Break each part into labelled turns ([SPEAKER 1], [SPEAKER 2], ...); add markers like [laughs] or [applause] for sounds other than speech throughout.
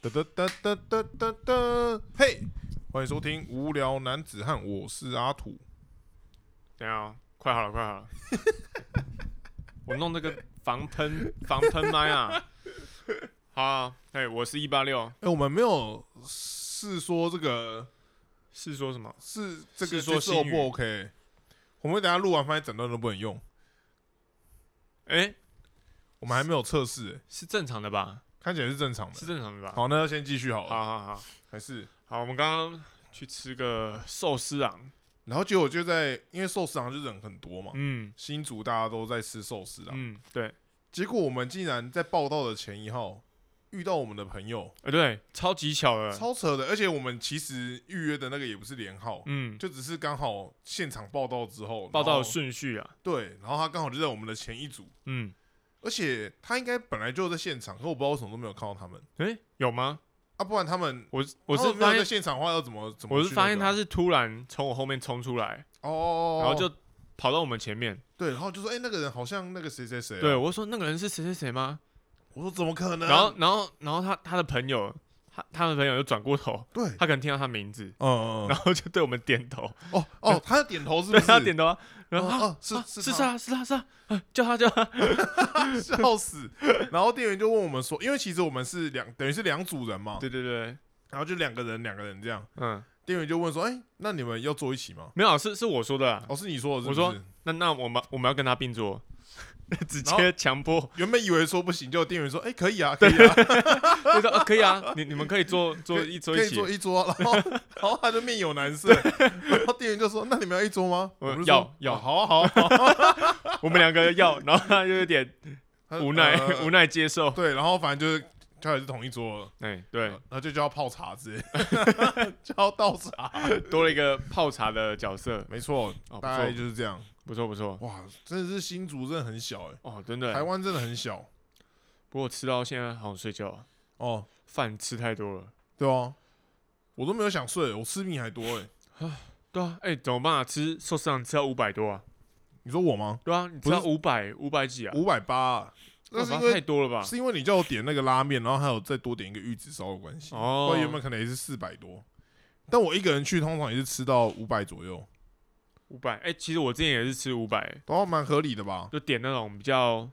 [SPEAKER 1] 哒哒哒哒哒哒哒，嘿，欢迎收听《无聊男子汉》，我是阿土。
[SPEAKER 2] 等一下、哦，快好了，快好 [laughs] 了，我弄这个防喷 [laughs] 防喷麦啊。好啊，哎、我是一八六，
[SPEAKER 1] 哎、我们没有是说这个
[SPEAKER 2] 是说什么？
[SPEAKER 1] 是这个
[SPEAKER 2] 是说
[SPEAKER 1] 这次 O
[SPEAKER 2] 新语
[SPEAKER 1] 不 OK？我们等一下录完发现整段都不能用，
[SPEAKER 2] 哎、
[SPEAKER 1] 我们还没有测试、哎
[SPEAKER 2] 是正常的吧？
[SPEAKER 1] 看起来是正常
[SPEAKER 2] 是
[SPEAKER 1] 的。
[SPEAKER 2] 正常的吧？
[SPEAKER 1] 好，那就先继续好了。
[SPEAKER 2] 好好好
[SPEAKER 1] 还是，
[SPEAKER 2] 好，我们刚刚去吃个寿司啊郎，
[SPEAKER 1] 然后结果就在因为寿司郎就人很多嘛，
[SPEAKER 2] 嗯
[SPEAKER 1] 新竹大家都在吃寿司郎，
[SPEAKER 2] 嗯，对，哎、
[SPEAKER 1] 结果我们竟然在报道的前一号遇到我们的朋友，
[SPEAKER 2] 对，超级巧的，
[SPEAKER 1] 超扯的，而且我们其实预约的那个也不是连号，
[SPEAKER 2] 嗯，
[SPEAKER 1] 就只是刚好现场报道之后，
[SPEAKER 2] 报
[SPEAKER 1] 然
[SPEAKER 2] 道
[SPEAKER 1] 后
[SPEAKER 2] 的顺序啊，
[SPEAKER 1] 对，然后他刚好就在我们的前一组，
[SPEAKER 2] 嗯，
[SPEAKER 1] 而且他应该本来就在现场，可我不知道为什么都没有看到他们
[SPEAKER 2] 哎、有吗？
[SPEAKER 1] 啊，不然他们
[SPEAKER 2] 我是我
[SPEAKER 1] 他
[SPEAKER 2] 是
[SPEAKER 1] 们没
[SPEAKER 2] 发
[SPEAKER 1] 有在
[SPEAKER 2] 现
[SPEAKER 1] 现场的话要怎么怎么
[SPEAKER 2] 我
[SPEAKER 1] 去那个啊、
[SPEAKER 2] 是发现他是突然从我后面冲出来，
[SPEAKER 1] 哦，
[SPEAKER 2] 然后就跑到我们前面，
[SPEAKER 1] 对，然后就说哎、那个人好像那个谁谁谁啊，
[SPEAKER 2] 对我说那个人是谁谁谁吗？
[SPEAKER 1] 我说怎么可能，
[SPEAKER 2] 然后，然后，然后他他的朋友，他他的朋友就转过头，
[SPEAKER 1] 对，
[SPEAKER 2] 他可能听到他名字，
[SPEAKER 1] 嗯嗯
[SPEAKER 2] 然后就对我们点头，
[SPEAKER 1] 嗯哦哦，他要点头 [laughs] 是不
[SPEAKER 2] 对
[SPEAKER 1] 是？
[SPEAKER 2] 他点头啊，然后
[SPEAKER 1] 哦
[SPEAKER 2] 啊
[SPEAKER 1] 哦是
[SPEAKER 2] 啊
[SPEAKER 1] 是
[SPEAKER 2] 是
[SPEAKER 1] 他哦
[SPEAKER 2] 他是他是他，啊叫他叫他，
[SPEAKER 1] [laughs] 笑死！然后店员就问我们说，因为其实我们是两，等于是两组人嘛，
[SPEAKER 2] 对对对，
[SPEAKER 1] 然后就两个人两个人这样。
[SPEAKER 2] 嗯，
[SPEAKER 1] 店员就问说，哎、那你们要坐一起吗？
[SPEAKER 2] 没有是是我说的啊，
[SPEAKER 1] 哦，是你说的是不
[SPEAKER 2] 我
[SPEAKER 1] 是，
[SPEAKER 2] 说那那我们我们要跟他并坐， [laughs] 直
[SPEAKER 1] 然后
[SPEAKER 2] 接强迫，
[SPEAKER 1] 原本以为说不行，结果店员说，哎、可以啊，可以啊，
[SPEAKER 2] 就说啊可以啊，你你们可以坐坐一 [laughs]
[SPEAKER 1] [laughs]
[SPEAKER 2] 坐
[SPEAKER 1] 可
[SPEAKER 2] 一
[SPEAKER 1] 以
[SPEAKER 2] 起
[SPEAKER 1] 坐，一桌啊。然后
[SPEAKER 2] [laughs]
[SPEAKER 1] 然后他就面有难色，然后店员就说，那你们要一桌吗？我
[SPEAKER 2] 嗯
[SPEAKER 1] 们就说
[SPEAKER 2] 要要
[SPEAKER 1] 哦好啊好啊好啊
[SPEAKER 2] 我们两个要， [laughs] 然后他就有点
[SPEAKER 1] 他就
[SPEAKER 2] 无奈
[SPEAKER 1] [laughs] 呃
[SPEAKER 2] [laughs] 无奈
[SPEAKER 1] [laughs]
[SPEAKER 2] 接受，
[SPEAKER 1] 对，然后反正就是。他也是同一桌了，
[SPEAKER 2] 哎对，
[SPEAKER 1] 然后就叫他泡茶之类
[SPEAKER 2] [laughs]
[SPEAKER 1] 的，叫他倒茶，
[SPEAKER 2] 多了一个泡茶的角色，
[SPEAKER 1] 没错，
[SPEAKER 2] 哦不
[SPEAKER 1] 大概
[SPEAKER 2] 错
[SPEAKER 1] 就是这样。
[SPEAKER 2] 不错不错，
[SPEAKER 1] 哇，真的是新竹真的很小哎、
[SPEAKER 2] 哦真的
[SPEAKER 1] 台
[SPEAKER 2] 欸，
[SPEAKER 1] 湾真的很小
[SPEAKER 2] 不过我吃到现在好想睡觉啊，
[SPEAKER 1] 哦，
[SPEAKER 2] 饭吃太多了。
[SPEAKER 1] 对啊，我都没有想睡，我吃米还多哎、
[SPEAKER 2] 对啊，哎、怎么办啊？吃寿司郎吃到五百多啊？
[SPEAKER 1] 你说我吗？
[SPEAKER 2] 对啊，你
[SPEAKER 1] 不
[SPEAKER 2] 吃
[SPEAKER 1] 是
[SPEAKER 2] 到五百五百几啊？
[SPEAKER 1] 五百八，那是因
[SPEAKER 2] 太
[SPEAKER 1] 为
[SPEAKER 2] 多了吧？
[SPEAKER 1] 是因为你叫我点那个拉面，然后还有再多点一个玉子烧的关系，
[SPEAKER 2] 哦
[SPEAKER 1] 我，原本可能也是四百多，但我一个人去通常也是吃到五百左右，
[SPEAKER 2] 五百？哎，其实我之前也是吃五百，
[SPEAKER 1] 然后蛮合理的吧？
[SPEAKER 2] 就点那种比较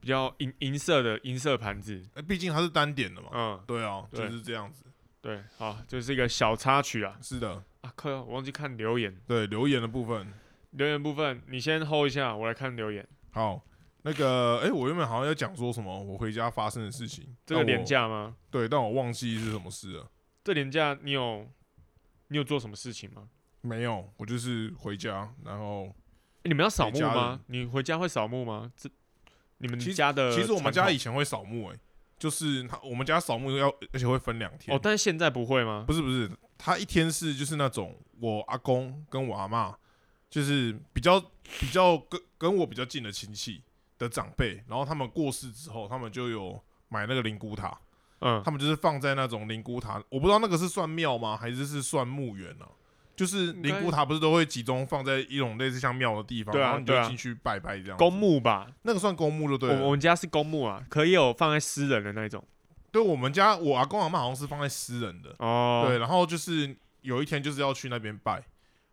[SPEAKER 2] 比较银银色的银色盘子。
[SPEAKER 1] 呃毕竟它是单点的嘛，
[SPEAKER 2] 嗯，
[SPEAKER 1] 对啊，就
[SPEAKER 2] 对
[SPEAKER 1] 是这样子，
[SPEAKER 2] 对，好，这是一个小插曲啊。
[SPEAKER 1] 是的，
[SPEAKER 2] 啊靠，我忘记看留言，
[SPEAKER 1] 对留言的部分，
[SPEAKER 2] 留言部分你先 hold 一下，我来看留言。
[SPEAKER 1] 好。那个，哎、我原本好像要讲说什么我回家发生的事情，
[SPEAKER 2] 这
[SPEAKER 1] 但
[SPEAKER 2] 个
[SPEAKER 1] 我
[SPEAKER 2] 廉价吗？
[SPEAKER 1] 对，但我忘记是什么事了。
[SPEAKER 2] 这廉价你有你有做什么事情吗？
[SPEAKER 1] 没有，我就是回家，然后
[SPEAKER 2] 哎你们要扫
[SPEAKER 1] 给
[SPEAKER 2] 墓
[SPEAKER 1] 家
[SPEAKER 2] 吗？你回家会扫墓吗？这你们
[SPEAKER 1] 其实
[SPEAKER 2] 家的
[SPEAKER 1] 其实我们
[SPEAKER 2] 传
[SPEAKER 1] 家
[SPEAKER 2] 统
[SPEAKER 1] 以前会扫墓、欸，就是他我们家扫墓要，而且会分两天。
[SPEAKER 2] 哦，但是现在不会吗？
[SPEAKER 1] 不是不是，他一天是就是那种我阿公跟我阿嬷，就是比较比较跟跟我比较近的亲戚的长辈，然后他们过世之后，他们就有买那个灵骨塔，
[SPEAKER 2] 嗯，
[SPEAKER 1] 他们就是放在那种灵骨塔，我不知道那个是算庙吗，还是是算墓园呢、就是
[SPEAKER 2] 应该
[SPEAKER 1] 灵骨塔不是都会集中放在一种类似像庙的地方，
[SPEAKER 2] 对啊
[SPEAKER 1] 然后你
[SPEAKER 2] 对
[SPEAKER 1] 就
[SPEAKER 2] 啊
[SPEAKER 1] 进去拜拜这样子。
[SPEAKER 2] 公墓吧，
[SPEAKER 1] 那个算公墓就对
[SPEAKER 2] 我我
[SPEAKER 1] 了。
[SPEAKER 2] 们家是公墓啊，可以有放在私人的那种
[SPEAKER 1] 对我们家我阿公阿妈好像是放在私人的，
[SPEAKER 2] 哦。
[SPEAKER 1] 对，然后就是有一天就是要去那边拜，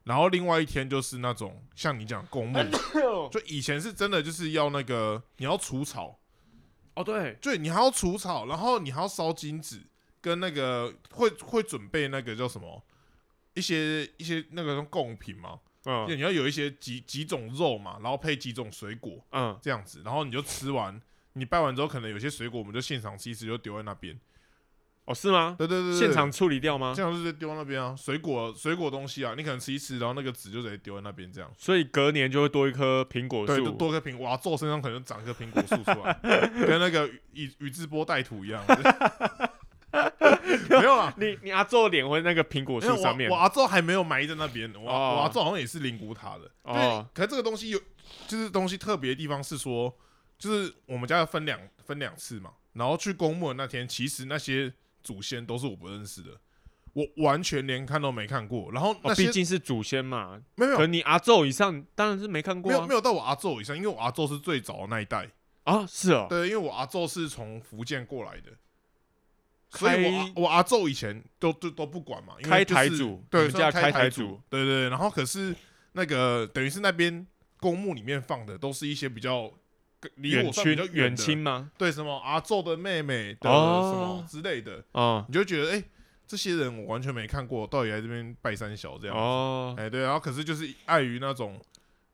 [SPEAKER 1] 然后另外一天就是那种像你讲公
[SPEAKER 2] [laughs]
[SPEAKER 1] 墓，就以前是真的就是要那个你要除草，
[SPEAKER 2] 哦对，
[SPEAKER 1] 对你还要除草，然后你还要烧金纸，跟那个会会准备那个叫什么？一些一些那个贡品嘛，就
[SPEAKER 2] 嗯
[SPEAKER 1] 你要有一些几几种肉嘛，然后配几种水果，
[SPEAKER 2] 嗯，
[SPEAKER 1] 这样子，然后你就吃完，你拜完之后，可能有些水果我们就现场吃，一吃就丢在那边。
[SPEAKER 2] 哦是吗？
[SPEAKER 1] 对对对对
[SPEAKER 2] 现场处理掉吗
[SPEAKER 1] 现？场就直接丢在那边啊，水果水果东西啊，你可能吃一吃，然后那个籽就直接丢在那边这样。
[SPEAKER 2] 所以隔年就会多一棵苹果
[SPEAKER 1] 对，就
[SPEAKER 2] [laughs] 树。
[SPEAKER 1] 多个苹果，哇，做身上可能长一棵苹果树出来，跟那个宇宇宇智波带土一样。 [laughs] 没有啦，
[SPEAKER 2] 你你阿做脸会那个苹果
[SPEAKER 1] 没有
[SPEAKER 2] 树
[SPEAKER 1] 我
[SPEAKER 2] 上面
[SPEAKER 1] 我，阿宙还没有埋在那边，我阿
[SPEAKER 2] 哦
[SPEAKER 1] 我阿宙好像也是灵骨塔的。对
[SPEAKER 2] 哦，
[SPEAKER 1] 可是这个东西有，就是东西特别的地方是说，就是我们家要分两分两次嘛，然后去公墓的那天，其实那些祖先都是我不认识的，我完全连看都没看过。然后那
[SPEAKER 2] 哦
[SPEAKER 1] 些、
[SPEAKER 2] 毕竟是祖先嘛，
[SPEAKER 1] 没有没有
[SPEAKER 2] 可你阿宙以上当然是没看
[SPEAKER 1] 没
[SPEAKER 2] 过
[SPEAKER 1] 有
[SPEAKER 2] 啊
[SPEAKER 1] 没。有到我阿宙以上，因为我阿宙是最早的那一代，
[SPEAKER 2] 啊是哦，
[SPEAKER 1] 对，因为我阿宙是从福建过来的，所以我
[SPEAKER 2] 开
[SPEAKER 1] 阿我阿昼以前都都都不管嘛，因为
[SPEAKER 2] 开
[SPEAKER 1] 就是
[SPEAKER 2] 台组
[SPEAKER 1] 对，
[SPEAKER 2] 你们
[SPEAKER 1] 是
[SPEAKER 2] 家
[SPEAKER 1] 开
[SPEAKER 2] 开台
[SPEAKER 1] 组
[SPEAKER 2] 组，
[SPEAKER 1] 对对对。然后可是那个等于是那边公墓里面放的都是一些比较跟离
[SPEAKER 2] 远
[SPEAKER 1] 我算比较
[SPEAKER 2] 亲远
[SPEAKER 1] 的
[SPEAKER 2] 亲，吗？
[SPEAKER 1] 对什么阿昼的妹妹的什
[SPEAKER 2] 哦
[SPEAKER 1] 么之类的，
[SPEAKER 2] 哦
[SPEAKER 1] 你就觉得哎、这些人我完全没看过，到底来这边拜三小这样。
[SPEAKER 2] 哦，
[SPEAKER 1] 哎、对，然后可是就是碍于那种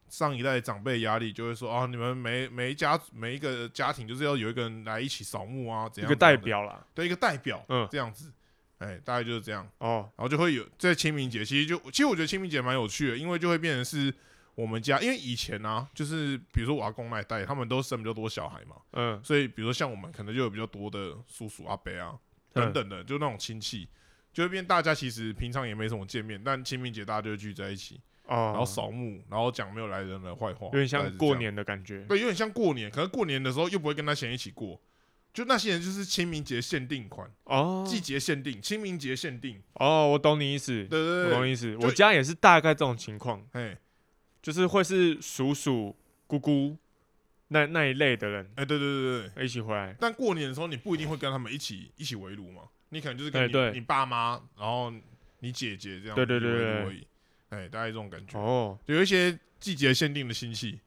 [SPEAKER 1] 上一代长辈压力，就会说啊，你们每每一家每一个家庭就是要有一个人来一起扫墓啊，怎
[SPEAKER 2] 一
[SPEAKER 1] 样
[SPEAKER 2] 个
[SPEAKER 1] 怎样
[SPEAKER 2] 代
[SPEAKER 1] 的，
[SPEAKER 2] 表啦。
[SPEAKER 1] 对，一个代表，
[SPEAKER 2] 嗯
[SPEAKER 1] 这样子，哎、大概就是这样，
[SPEAKER 2] 哦，
[SPEAKER 1] 然后就会有在清明节，其实就其实我觉得清明节蛮有趣的，因为就会变成是我们家，因为以前啊，就是比如说我阿公那一代，他们都生比较多小孩嘛，
[SPEAKER 2] 嗯
[SPEAKER 1] 所以比如说像我们可能就有比较多的叔叔阿伯啊
[SPEAKER 2] 嗯
[SPEAKER 1] 等等的，就那种亲戚。就会变，大家其实平常也没什么见面，但清明节大家就会聚在一起。
[SPEAKER 2] 哦，
[SPEAKER 1] 然后扫墓，然后讲没有来人的坏话，
[SPEAKER 2] 有点
[SPEAKER 1] 大概
[SPEAKER 2] 像
[SPEAKER 1] 是
[SPEAKER 2] 过
[SPEAKER 1] 这样，
[SPEAKER 2] 年的感觉。
[SPEAKER 1] 对，有点像过年。可是过年的时候又不会跟那些人一起过，就那些人就是清明节限定款、
[SPEAKER 2] 哦
[SPEAKER 1] 季节限定、清明节限定，
[SPEAKER 2] 哦，我懂你意思，
[SPEAKER 1] 对
[SPEAKER 2] 我
[SPEAKER 1] 对
[SPEAKER 2] 懂
[SPEAKER 1] 对，
[SPEAKER 2] 你意思。
[SPEAKER 1] 就
[SPEAKER 2] 我家也是大概这种情况，
[SPEAKER 1] 哎
[SPEAKER 2] 就是会是叔叔、姑姑那那一类的人
[SPEAKER 1] 哎，对对对对。
[SPEAKER 2] 一起回来。
[SPEAKER 1] 但过年的时候你不一定会跟他们一起一起围炉嘛，你可能就是跟
[SPEAKER 2] 哎
[SPEAKER 1] 你
[SPEAKER 2] 对
[SPEAKER 1] 你爸妈，然后你姐姐这样，
[SPEAKER 2] 对对对对对
[SPEAKER 1] 而已，哎，大概这种感觉。
[SPEAKER 2] 哦，
[SPEAKER 1] 有一些季节限定的亲戚，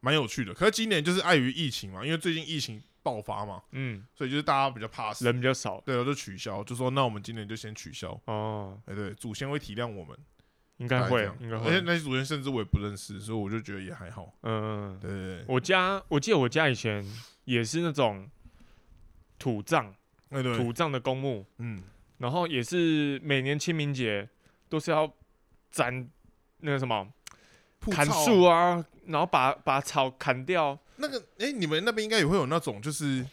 [SPEAKER 1] 蛮有趣的。可是今年就是碍于疫情嘛，因为最近疫情爆发嘛，
[SPEAKER 2] 嗯，
[SPEAKER 1] 所以就是大家比较怕死，
[SPEAKER 2] 人比较少。
[SPEAKER 1] 对，我就取消，就说那我们今年就先取消。
[SPEAKER 2] 哦，
[SPEAKER 1] 哎、对，祖先会体谅我们，
[SPEAKER 2] 应
[SPEAKER 1] 大
[SPEAKER 2] 该
[SPEAKER 1] 概这
[SPEAKER 2] 会
[SPEAKER 1] 样，
[SPEAKER 2] 应该
[SPEAKER 1] 而且
[SPEAKER 2] 会。
[SPEAKER 1] 那些祖先甚至我也不认识，所以我就觉得也还好。
[SPEAKER 2] 嗯，
[SPEAKER 1] 对对对，
[SPEAKER 2] 我家我记得我家以前也是那种土葬
[SPEAKER 1] 哎、对，
[SPEAKER 2] 土葬的公墓，
[SPEAKER 1] 嗯，
[SPEAKER 2] 然后也是每年清明节都是要斩那个什么
[SPEAKER 1] 铺
[SPEAKER 2] 砍
[SPEAKER 1] 草
[SPEAKER 2] 树啊，然后把把草砍掉。
[SPEAKER 1] 那个，哎、你们那边应该也会有那种，就是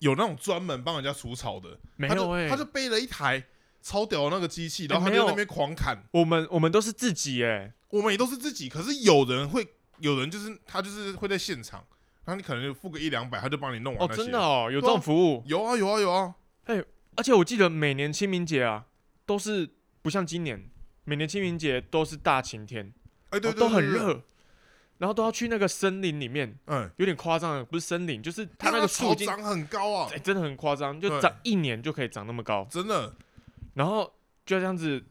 [SPEAKER 1] 有那种专门帮人家除草的，
[SPEAKER 2] 没有
[SPEAKER 1] 他
[SPEAKER 2] 哎、
[SPEAKER 1] 就他就背了一台超屌的那个机器，然后他
[SPEAKER 2] 哎没
[SPEAKER 1] 就
[SPEAKER 2] 有
[SPEAKER 1] 在那边狂砍。
[SPEAKER 2] 我们我们都是自己哎、
[SPEAKER 1] 我们也都是自己，可是有人会，有人就是他就是会在现场，然后你可能就付个一两百，他就帮你弄完
[SPEAKER 2] 哦，
[SPEAKER 1] 那些。
[SPEAKER 2] 真的哦，有这
[SPEAKER 1] 对啊
[SPEAKER 2] 种服务。
[SPEAKER 1] 有啊有啊有啊，
[SPEAKER 2] 而且我记得每年清明节啊，都是不像今年，每年清明节都是大晴天，
[SPEAKER 1] 哎、对对
[SPEAKER 2] 然后哦都很，
[SPEAKER 1] 对对对
[SPEAKER 2] 热，然后都要去那个森林里面，
[SPEAKER 1] 嗯，
[SPEAKER 2] 有点夸张了，不是森林，就是它那
[SPEAKER 1] 那
[SPEAKER 2] 个树
[SPEAKER 1] 草
[SPEAKER 2] 已经，
[SPEAKER 1] 长很高啊
[SPEAKER 2] 哎、，真的很夸张，就
[SPEAKER 1] 对
[SPEAKER 2] 长一年就可以长那么高，
[SPEAKER 1] 真的。
[SPEAKER 2] 然后就这样子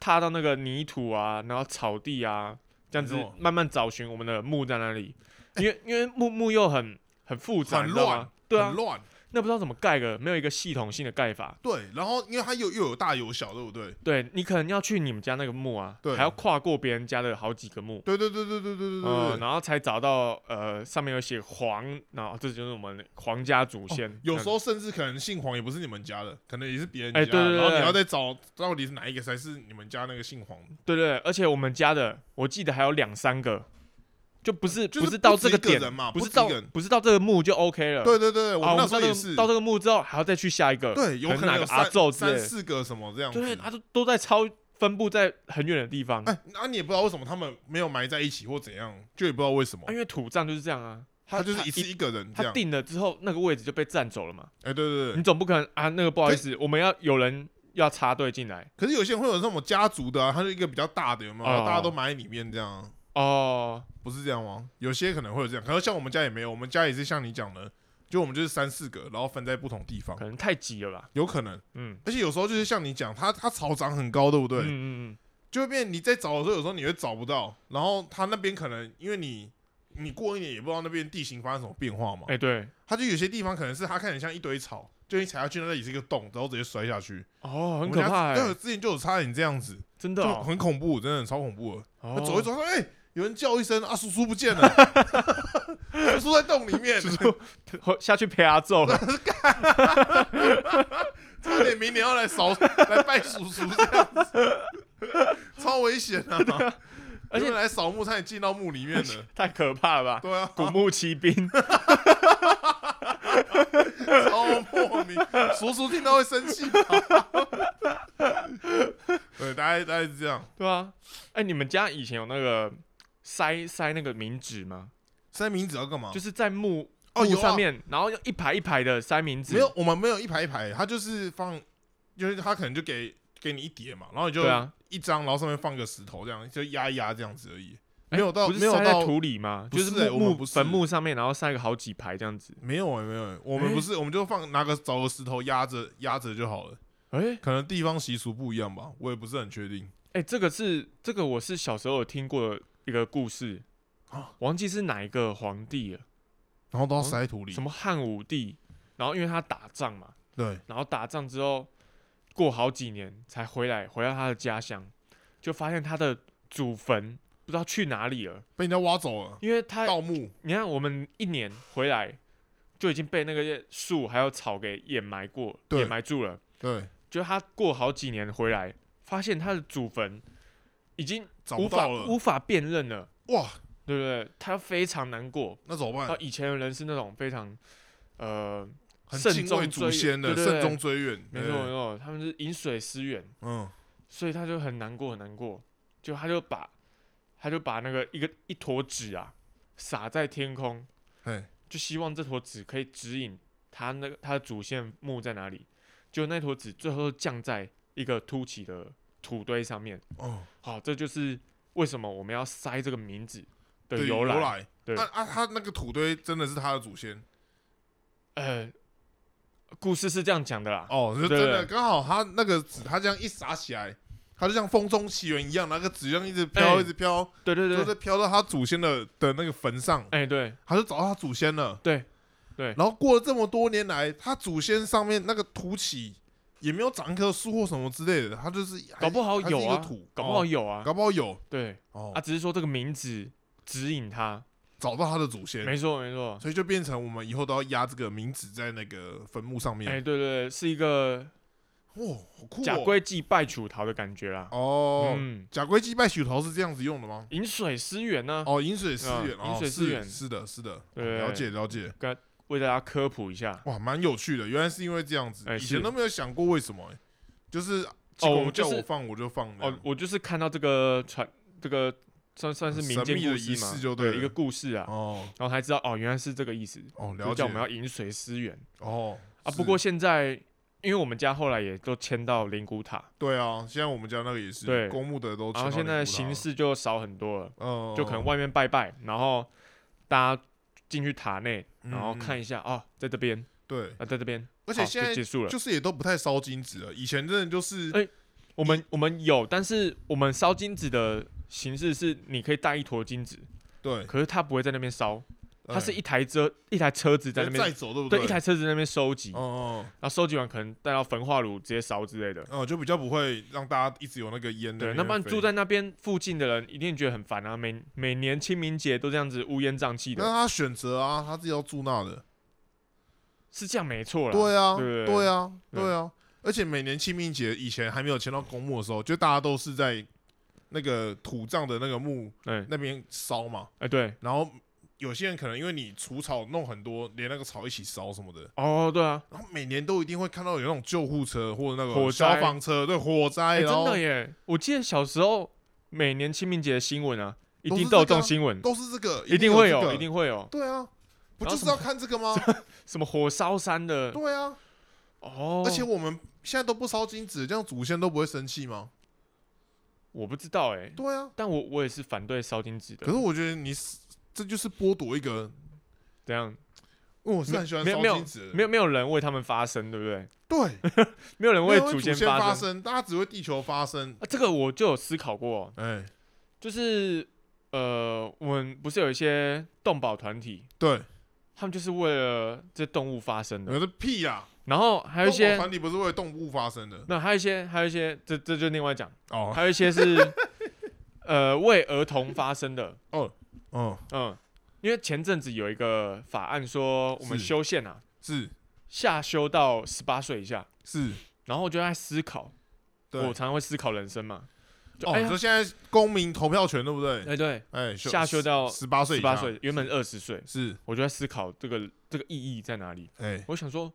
[SPEAKER 2] 踏到那个泥土啊，然后草地啊，这样子
[SPEAKER 1] 没错
[SPEAKER 2] 慢慢找寻我们的墓在哪里，因为因为墓墓又很很复杂，
[SPEAKER 1] 很
[SPEAKER 2] 你知道
[SPEAKER 1] 乱
[SPEAKER 2] 吗，对啊
[SPEAKER 1] 很，乱。
[SPEAKER 2] 那不知道怎么盖的，没有一个系统性的盖法，
[SPEAKER 1] 对，然后因为它又又有大有小，对不对？
[SPEAKER 2] 对你可能要去你们家那个墓啊，
[SPEAKER 1] 对
[SPEAKER 2] 还要跨过别人家的好几个墓，
[SPEAKER 1] 对对对对对对对
[SPEAKER 2] 嗯，
[SPEAKER 1] 对对。
[SPEAKER 2] 然后才找到呃上面有写黄，然后这就是我们皇家祖先。
[SPEAKER 1] 哦有时
[SPEAKER 2] 这样
[SPEAKER 1] 候甚至可能姓黄也不是你们家的，可能也是别人家
[SPEAKER 2] 哎
[SPEAKER 1] 的，
[SPEAKER 2] 对对对
[SPEAKER 1] 然后你
[SPEAKER 2] 对
[SPEAKER 1] 要再找到底是哪一个才是你们家那个姓黄的，
[SPEAKER 2] 对对，对而且我们家的我记得还有两三个，就不是
[SPEAKER 1] 就是
[SPEAKER 2] 不是到
[SPEAKER 1] 不止
[SPEAKER 2] 这
[SPEAKER 1] 一
[SPEAKER 2] 个
[SPEAKER 1] 个
[SPEAKER 2] 点
[SPEAKER 1] 人嘛
[SPEAKER 2] 不
[SPEAKER 1] 啊不
[SPEAKER 2] 是
[SPEAKER 1] 止一
[SPEAKER 2] 到
[SPEAKER 1] 个人
[SPEAKER 2] 不是到这个墓就 OK 了。
[SPEAKER 1] 对对对，我
[SPEAKER 2] 啊，
[SPEAKER 1] 们
[SPEAKER 2] 我
[SPEAKER 1] 那时候
[SPEAKER 2] 们到这
[SPEAKER 1] 也
[SPEAKER 2] 个
[SPEAKER 1] 是，
[SPEAKER 2] 到这个墓之后还要再去下一个，
[SPEAKER 1] 对，有
[SPEAKER 2] 可
[SPEAKER 1] 能
[SPEAKER 2] 能哪
[SPEAKER 1] 有
[SPEAKER 2] 个阿
[SPEAKER 1] 三
[SPEAKER 2] 昼之
[SPEAKER 1] 三
[SPEAKER 2] 类的
[SPEAKER 1] 四个什么这样子，
[SPEAKER 2] 对，他都都在超分布在很远的地方，
[SPEAKER 1] 哎，那你也不知道为什么他们没有埋在一起或怎样，就也不知道为什么
[SPEAKER 2] 啊，因为土葬就是这样啊，
[SPEAKER 1] 他就是
[SPEAKER 2] 他
[SPEAKER 1] 一次一个人这
[SPEAKER 2] 他
[SPEAKER 1] 样，
[SPEAKER 2] 定了之后那个位置就被占走了嘛。
[SPEAKER 1] 哎，对对
[SPEAKER 2] 你
[SPEAKER 1] 对，
[SPEAKER 2] 总不可能啊，那个不好意思，我们要有人要插队进来
[SPEAKER 1] 可是有些人会有那种家族的啊，他就一个比较大的，有没有？
[SPEAKER 2] 哦
[SPEAKER 1] 大家都埋在里面这样，
[SPEAKER 2] 哦，
[SPEAKER 1] 不是这样吗？有些可能会有这样，可是像我们家也没有，我们家也是像你讲的，就我们就是三四个，然后分在不同地方
[SPEAKER 2] 可，能太急了吧？
[SPEAKER 1] 有可能。
[SPEAKER 2] 嗯，
[SPEAKER 1] 而且有时候就是像你讲，它它草长很高，对不对？
[SPEAKER 2] 嗯嗯
[SPEAKER 1] 就会变你在找的时候，有时候你会找不到，然后它那边可能因为你你过一年也不知道那边地形发生什么变化嘛
[SPEAKER 2] 嗯，，哎、对，
[SPEAKER 1] 它就有些地方可能是它看起来像一堆草，就你踩下去那里是一个洞，然后直接摔下去，
[SPEAKER 2] 哦，
[SPEAKER 1] 我们
[SPEAKER 2] 很可
[SPEAKER 1] 家
[SPEAKER 2] 怕、
[SPEAKER 1] 对，
[SPEAKER 2] 欸，
[SPEAKER 1] 之前就有差点这样子，
[SPEAKER 2] 真的、
[SPEAKER 1] 就
[SPEAKER 2] 哦，
[SPEAKER 1] 很恐怖，真的超恐怖的。
[SPEAKER 2] 哦
[SPEAKER 1] 他走一，走，说：“哎、有人叫一声啊，叔叔不见
[SPEAKER 2] [laughs]
[SPEAKER 1] 了，叔叔在洞里面，
[SPEAKER 2] 会 [laughs] 下去陪阿揍了，
[SPEAKER 1] [laughs] 差点明年要来扫来拜叔叔这样子，超危险啊！
[SPEAKER 2] 而且
[SPEAKER 1] 有人来扫墓，差点进到墓里面了。
[SPEAKER 2] 太可怕了吧？
[SPEAKER 1] 对啊，
[SPEAKER 2] 古墓奇兵，
[SPEAKER 1] 超莫名，叔叔听到会生气吧。 [laughs] 对，大概大概是这样。
[SPEAKER 2] 对啊，哎、你们家以前有那个塞塞那个冥纸吗？
[SPEAKER 1] 塞名字要干嘛？
[SPEAKER 2] 就是在墓
[SPEAKER 1] 啊哦，
[SPEAKER 2] 墓
[SPEAKER 1] 有啊
[SPEAKER 2] 上面，然后要一排一排的塞冥纸，
[SPEAKER 1] 没有，我们没有一排一排，他就是放，就是他可能就给给你一叠嘛，然后你就
[SPEAKER 2] 对啊
[SPEAKER 1] 一张，然后上面放个石头这样，就压一压这样子而已。
[SPEAKER 2] 哎、
[SPEAKER 1] 没有到
[SPEAKER 2] 不是
[SPEAKER 1] 没有
[SPEAKER 2] 塞在
[SPEAKER 1] 到
[SPEAKER 2] 土里吗？
[SPEAKER 1] 不
[SPEAKER 2] 就是
[SPEAKER 1] 欸
[SPEAKER 2] 墓
[SPEAKER 1] 我们
[SPEAKER 2] 墓
[SPEAKER 1] 不是
[SPEAKER 2] 坟墓上面，然后塞个好几排这样子。
[SPEAKER 1] 没有哎、没有、欸，我们
[SPEAKER 2] 欸
[SPEAKER 1] 不是，我们就放拿个找个石头压着压着就好了。
[SPEAKER 2] 哎、
[SPEAKER 1] 可能地方习俗不一样吧，我也不是很确定。
[SPEAKER 2] 哎、这个是这个我是小时候有听过的一个故事
[SPEAKER 1] 啊，
[SPEAKER 2] 忘记是哪一个皇帝了，
[SPEAKER 1] 然后都要塞在土里，
[SPEAKER 2] 哦什么汉武帝，然后因为他打仗嘛，
[SPEAKER 1] 对，
[SPEAKER 2] 然后打仗之后过好几年才回来，回到他的家乡，就发现他的祖坟不知道去哪里了，
[SPEAKER 1] 被人家挖走了，
[SPEAKER 2] 因为他
[SPEAKER 1] 盗墓。
[SPEAKER 2] 你看我们一年回来就已经被那个树还有草给掩埋过，
[SPEAKER 1] 对
[SPEAKER 2] 掩埋住了。
[SPEAKER 1] 对，
[SPEAKER 2] 就他过好几年回来，发现他的祖坟已经
[SPEAKER 1] 找不
[SPEAKER 2] 无法
[SPEAKER 1] 到
[SPEAKER 2] 无
[SPEAKER 1] 了，
[SPEAKER 2] 法辨认了，
[SPEAKER 1] 哇，嗯
[SPEAKER 2] 对不对？他非常难过。
[SPEAKER 1] 那怎么办
[SPEAKER 2] 他？以前的人是那种非常呃，
[SPEAKER 1] 很
[SPEAKER 2] 慎
[SPEAKER 1] 敬
[SPEAKER 2] 重
[SPEAKER 1] 畏
[SPEAKER 2] 追
[SPEAKER 1] 祖先的，
[SPEAKER 2] 对对对
[SPEAKER 1] 慎终追远。
[SPEAKER 2] 没
[SPEAKER 1] 对
[SPEAKER 2] 错没，错，他们是饮水思源，
[SPEAKER 1] 嗯，
[SPEAKER 2] 所以他就很难过很难过，就他就把他就把那个一个一坨纸啊撒在天空，
[SPEAKER 1] 嘿，
[SPEAKER 2] 就希望这坨纸可以指引他那个他的主线墓在哪里。就那坨纸最后降在一个凸起的土堆上面。
[SPEAKER 1] 哦，
[SPEAKER 2] 好，这就是为什么我们要塞这个名字的
[SPEAKER 1] 对，
[SPEAKER 2] 由
[SPEAKER 1] 由
[SPEAKER 2] 来。
[SPEAKER 1] 来。
[SPEAKER 2] 对
[SPEAKER 1] 啊啊，他那个土堆真的是他的祖先
[SPEAKER 2] 呃，故事是这样讲的啦。
[SPEAKER 1] 哦，就
[SPEAKER 2] 对
[SPEAKER 1] 真的刚好他那个纸，他这样一撒起来，他就像风中奇缘一样，那个纸这样一直飘，
[SPEAKER 2] 哎
[SPEAKER 1] 一直飘，
[SPEAKER 2] 对对
[SPEAKER 1] 就
[SPEAKER 2] 对
[SPEAKER 1] 是，飘到他祖先的的那个坟上，
[SPEAKER 2] 哎、对
[SPEAKER 1] 他就找到他祖先了。
[SPEAKER 2] 对对
[SPEAKER 1] 然后过了这么多年来，他祖先上面那个凸起也没有长一棵树或什么之类的，他就是
[SPEAKER 2] 搞不好
[SPEAKER 1] 还是
[SPEAKER 2] 有
[SPEAKER 1] 一个
[SPEAKER 2] 啊
[SPEAKER 1] 土，，
[SPEAKER 2] 搞不好
[SPEAKER 1] 哦
[SPEAKER 2] 有啊。
[SPEAKER 1] 搞不好有
[SPEAKER 2] 对
[SPEAKER 1] 哦
[SPEAKER 2] 啊，，只是说这个名字指引他。
[SPEAKER 1] 找到他的祖先，
[SPEAKER 2] 没错没错。
[SPEAKER 1] 所以就变成我们以后都要压这个名字在那个坟墓上
[SPEAKER 2] 哎、
[SPEAKER 1] 面。
[SPEAKER 2] 对对对，是一个
[SPEAKER 1] 哇，好酷
[SPEAKER 2] 假
[SPEAKER 1] 哦！
[SPEAKER 2] 规祭拜楚陶的感觉啦。
[SPEAKER 1] 哦，
[SPEAKER 2] 嗯，
[SPEAKER 1] 假龟祭拜许头是这样子用的吗？
[SPEAKER 2] 饮水思源呢、
[SPEAKER 1] 哦，饮水思
[SPEAKER 2] 嗯
[SPEAKER 1] 源，哦
[SPEAKER 2] 饮水思
[SPEAKER 1] 是
[SPEAKER 2] 源
[SPEAKER 1] 是的，是的，
[SPEAKER 2] 对
[SPEAKER 1] 了解了解。
[SPEAKER 2] 为大家科普一下。
[SPEAKER 1] 哇，蛮有趣的，原来是因为这样子，
[SPEAKER 2] 哎
[SPEAKER 1] 以
[SPEAKER 2] 是哦
[SPEAKER 1] 前都没有想过为什么、哎就是结果
[SPEAKER 2] 就
[SPEAKER 1] 叫
[SPEAKER 2] 是
[SPEAKER 1] 哦我放我就放这样
[SPEAKER 2] 哦，我就是看到这个传这个算算是民间
[SPEAKER 1] 神秘的
[SPEAKER 2] 故事
[SPEAKER 1] 仪
[SPEAKER 2] 嘛，
[SPEAKER 1] 式就对
[SPEAKER 2] 对
[SPEAKER 1] 了
[SPEAKER 2] 一个故事啊，
[SPEAKER 1] 哦
[SPEAKER 2] 然后才知道哦，原来是这个意思，
[SPEAKER 1] 哦，
[SPEAKER 2] 就
[SPEAKER 1] 了解
[SPEAKER 2] 叫我们要饮水思源
[SPEAKER 1] 哦
[SPEAKER 2] 啊。
[SPEAKER 1] 是
[SPEAKER 2] 不过现在因为我们家后来也都迁到灵谷塔，
[SPEAKER 1] 对啊，现在我们家那个也是
[SPEAKER 2] 对
[SPEAKER 1] 公墓的都
[SPEAKER 2] 然
[SPEAKER 1] 迁到
[SPEAKER 2] 后
[SPEAKER 1] 灵
[SPEAKER 2] 现
[SPEAKER 1] 骨塔
[SPEAKER 2] 在
[SPEAKER 1] 了，
[SPEAKER 2] 形式就少很多了，
[SPEAKER 1] 呃，
[SPEAKER 2] 就可能外面拜拜，然后大家进去塔内，
[SPEAKER 1] 嗯
[SPEAKER 2] 然后看一下哦，在这边
[SPEAKER 1] 对，
[SPEAKER 2] 啊，在这边，
[SPEAKER 1] 而且
[SPEAKER 2] 好
[SPEAKER 1] 现
[SPEAKER 2] 就
[SPEAKER 1] 在
[SPEAKER 2] 结束了。
[SPEAKER 1] 就是也都不太烧金纸了，以前真的就是
[SPEAKER 2] 哎我们我们有，但是我们烧金纸的形式是你可以带一坨金纸，
[SPEAKER 1] 对，
[SPEAKER 2] 可是它不会在那边烧。它是
[SPEAKER 1] 哎
[SPEAKER 2] 一台车一台车子在那
[SPEAKER 1] 直接载
[SPEAKER 2] 边，
[SPEAKER 1] 走对不
[SPEAKER 2] 对，
[SPEAKER 1] 对
[SPEAKER 2] 一台车子在那边收集，
[SPEAKER 1] 哦哦
[SPEAKER 2] 然后收集完可能带到焚化炉直接烧之类的。
[SPEAKER 1] 哦，就比较不会让大家一直有那个烟的。
[SPEAKER 2] 对，那不然住在那边附近的人一定觉得很烦啊！每每年清明节都这样子乌烟瘴气
[SPEAKER 1] 那
[SPEAKER 2] 的，
[SPEAKER 1] 他选择啊，他自己要住那的。
[SPEAKER 2] 是这样没错啦。
[SPEAKER 1] 对啊，
[SPEAKER 2] 对
[SPEAKER 1] 对啊，
[SPEAKER 2] 对
[SPEAKER 1] 对啊。而且每年清明节以前还没有迁到公墓的时候，就大家都是在那个土葬的那个墓
[SPEAKER 2] 哎
[SPEAKER 1] 那边烧嘛。
[SPEAKER 2] 哎对，
[SPEAKER 1] 然后有些人可能因为你除草弄很多，连那个草一起烧什么的。
[SPEAKER 2] 哦对啊，
[SPEAKER 1] 然后每年都一定会看到有那种救护车或者那
[SPEAKER 2] 火
[SPEAKER 1] 个
[SPEAKER 2] 灾
[SPEAKER 1] 消防车，对火灾，
[SPEAKER 2] 哎
[SPEAKER 1] 然
[SPEAKER 2] 真
[SPEAKER 1] 后
[SPEAKER 2] 的耶！我记得小时候每年清明节的新闻啊，一
[SPEAKER 1] 都
[SPEAKER 2] 定
[SPEAKER 1] 是
[SPEAKER 2] 都有
[SPEAKER 1] 这
[SPEAKER 2] 这
[SPEAKER 1] 个
[SPEAKER 2] 种
[SPEAKER 1] 啊
[SPEAKER 2] 新闻，
[SPEAKER 1] 都是这个，
[SPEAKER 2] 一定
[SPEAKER 1] 有这
[SPEAKER 2] 会有，
[SPEAKER 1] 个
[SPEAKER 2] 一定会有，
[SPEAKER 1] 对啊，不
[SPEAKER 2] 然
[SPEAKER 1] 就
[SPEAKER 2] 后
[SPEAKER 1] 是
[SPEAKER 2] 什
[SPEAKER 1] 要
[SPEAKER 2] 么
[SPEAKER 1] 看这个
[SPEAKER 2] [laughs]
[SPEAKER 1] 吗？
[SPEAKER 2] 什么火烧山的
[SPEAKER 1] 对啊，
[SPEAKER 2] 哦。
[SPEAKER 1] 而且我们现在都不烧金纸，这样祖先都不会生气吗？
[SPEAKER 2] 我不知道哎，
[SPEAKER 1] 对啊，
[SPEAKER 2] 但我我也是反对烧金纸
[SPEAKER 1] 可
[SPEAKER 2] 的
[SPEAKER 1] 是，我觉得你是这就是剥夺一个，
[SPEAKER 2] 怎样？
[SPEAKER 1] 因为我是很喜欢
[SPEAKER 2] 没有
[SPEAKER 1] 烧
[SPEAKER 2] 没有
[SPEAKER 1] 金纸的人，
[SPEAKER 2] 没有没有人为他们发声，对不对？
[SPEAKER 1] 对，
[SPEAKER 2] 没有人为
[SPEAKER 1] 没有
[SPEAKER 2] 祖
[SPEAKER 1] 先
[SPEAKER 2] 先
[SPEAKER 1] 发
[SPEAKER 2] 声。
[SPEAKER 1] 生，大家只为地球发生。
[SPEAKER 2] 啊，这个我就有思考过，
[SPEAKER 1] 哎，
[SPEAKER 2] 就是呃，我们不是有一些动保团体，
[SPEAKER 1] 对，
[SPEAKER 2] 他们就是为了这动物发声的。
[SPEAKER 1] 有的屁啊呀！
[SPEAKER 2] 然后还有一
[SPEAKER 1] 嗯动物
[SPEAKER 2] 些，
[SPEAKER 1] 团体不是为动物发生的
[SPEAKER 2] 那还有一些，还有一些，这这就另外讲，
[SPEAKER 1] 哦
[SPEAKER 2] 还有一些是 [laughs] 呃为儿童发声的，
[SPEAKER 1] 哦，
[SPEAKER 2] 嗯，因为前阵子有一个法案说我们
[SPEAKER 1] 是
[SPEAKER 2] 修宪啊，
[SPEAKER 1] 是
[SPEAKER 2] 下修到十八岁以下，
[SPEAKER 1] 是，
[SPEAKER 2] 然后我就在思考，我
[SPEAKER 1] 对
[SPEAKER 2] 常。常会思考人生嘛，就、
[SPEAKER 1] 哦，
[SPEAKER 2] 哎
[SPEAKER 1] 你
[SPEAKER 2] 呀
[SPEAKER 1] 说，现在公民投票权对不对？
[SPEAKER 2] 哎对，
[SPEAKER 1] 哎，
[SPEAKER 2] 下修到
[SPEAKER 1] 十八岁
[SPEAKER 2] 十
[SPEAKER 1] 以下，
[SPEAKER 2] 八岁，原本二十岁，
[SPEAKER 1] 是
[SPEAKER 2] 我就在思考这个这个意义在哪里。
[SPEAKER 1] 哎
[SPEAKER 2] 我想说，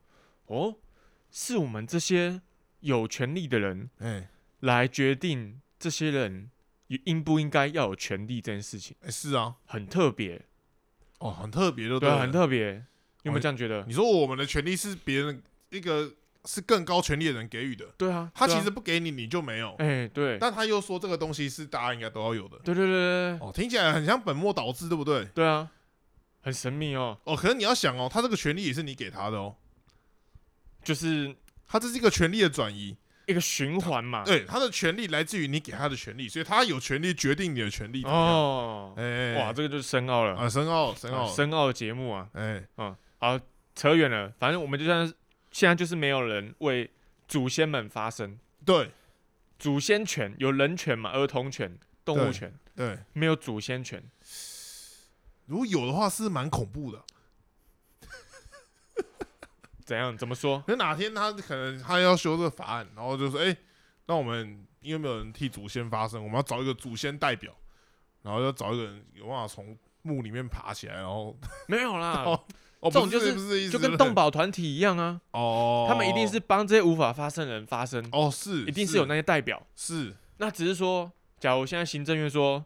[SPEAKER 2] 哦，是我们这些有权利的人
[SPEAKER 1] 哎
[SPEAKER 2] 来决定这些人应不应该要有权利这件事情，
[SPEAKER 1] 哎是啊，
[SPEAKER 2] 很特别，
[SPEAKER 1] 哦，很特别，就
[SPEAKER 2] 对啊，
[SPEAKER 1] 了
[SPEAKER 2] 很特别。你有没有这样觉得？
[SPEAKER 1] 你说我们的权利是别人一个是更高权力的人给予的，
[SPEAKER 2] 对啊，
[SPEAKER 1] 他
[SPEAKER 2] 对啊
[SPEAKER 1] 其实不给你，你就没有。
[SPEAKER 2] 哎，对，
[SPEAKER 1] 但他又说这个东西是大家应该都要有的。
[SPEAKER 2] 对对对对对
[SPEAKER 1] 哦，听起来很像本末倒置，对不对？
[SPEAKER 2] 对啊，很神秘哦，
[SPEAKER 1] 哦，可是你要想哦，他这个权利也是你给他的哦，
[SPEAKER 2] 就是
[SPEAKER 1] 他这是一个权利的转移。
[SPEAKER 2] 一个循环嘛。
[SPEAKER 1] 对，他的权利来自于你给他的权利，所以他有权利决定你的权利。哦，
[SPEAKER 2] 哦，
[SPEAKER 1] 哎，
[SPEAKER 2] 哇，这个就是深奥了，
[SPEAKER 1] 啊，深奥，深奥，
[SPEAKER 2] 深奥的节目啊。
[SPEAKER 1] 哎，
[SPEAKER 2] 好，扯远了，反正我们就算是现在就是没有人为祖先们发声，
[SPEAKER 1] 对
[SPEAKER 2] 祖先权有人权嘛，儿童权、动物权，
[SPEAKER 1] 对，
[SPEAKER 2] 没有祖先权。
[SPEAKER 1] 如果有的话是蛮恐怖的。
[SPEAKER 2] 怎样？怎么说？
[SPEAKER 1] 可是哪天他可能他要修这个法案，然后就说，哎，那我们因为没有人替祖先发声，我们要找一个祖先代表，然后要找一个人有办法从墓里面爬起来，然后
[SPEAKER 2] 没有
[SPEAKER 1] [laughs]
[SPEAKER 2] 啦，
[SPEAKER 1] 哦哦，
[SPEAKER 2] 这种
[SPEAKER 1] 不
[SPEAKER 2] 就是
[SPEAKER 1] 不是意思
[SPEAKER 2] 就跟动保团体一样啊，
[SPEAKER 1] 哦，
[SPEAKER 2] 他们一定是帮这些无法发声的人发声，
[SPEAKER 1] 哦是，
[SPEAKER 2] 一定是有那些代表。
[SPEAKER 1] 是
[SPEAKER 2] 那只是说，假如现在行政院说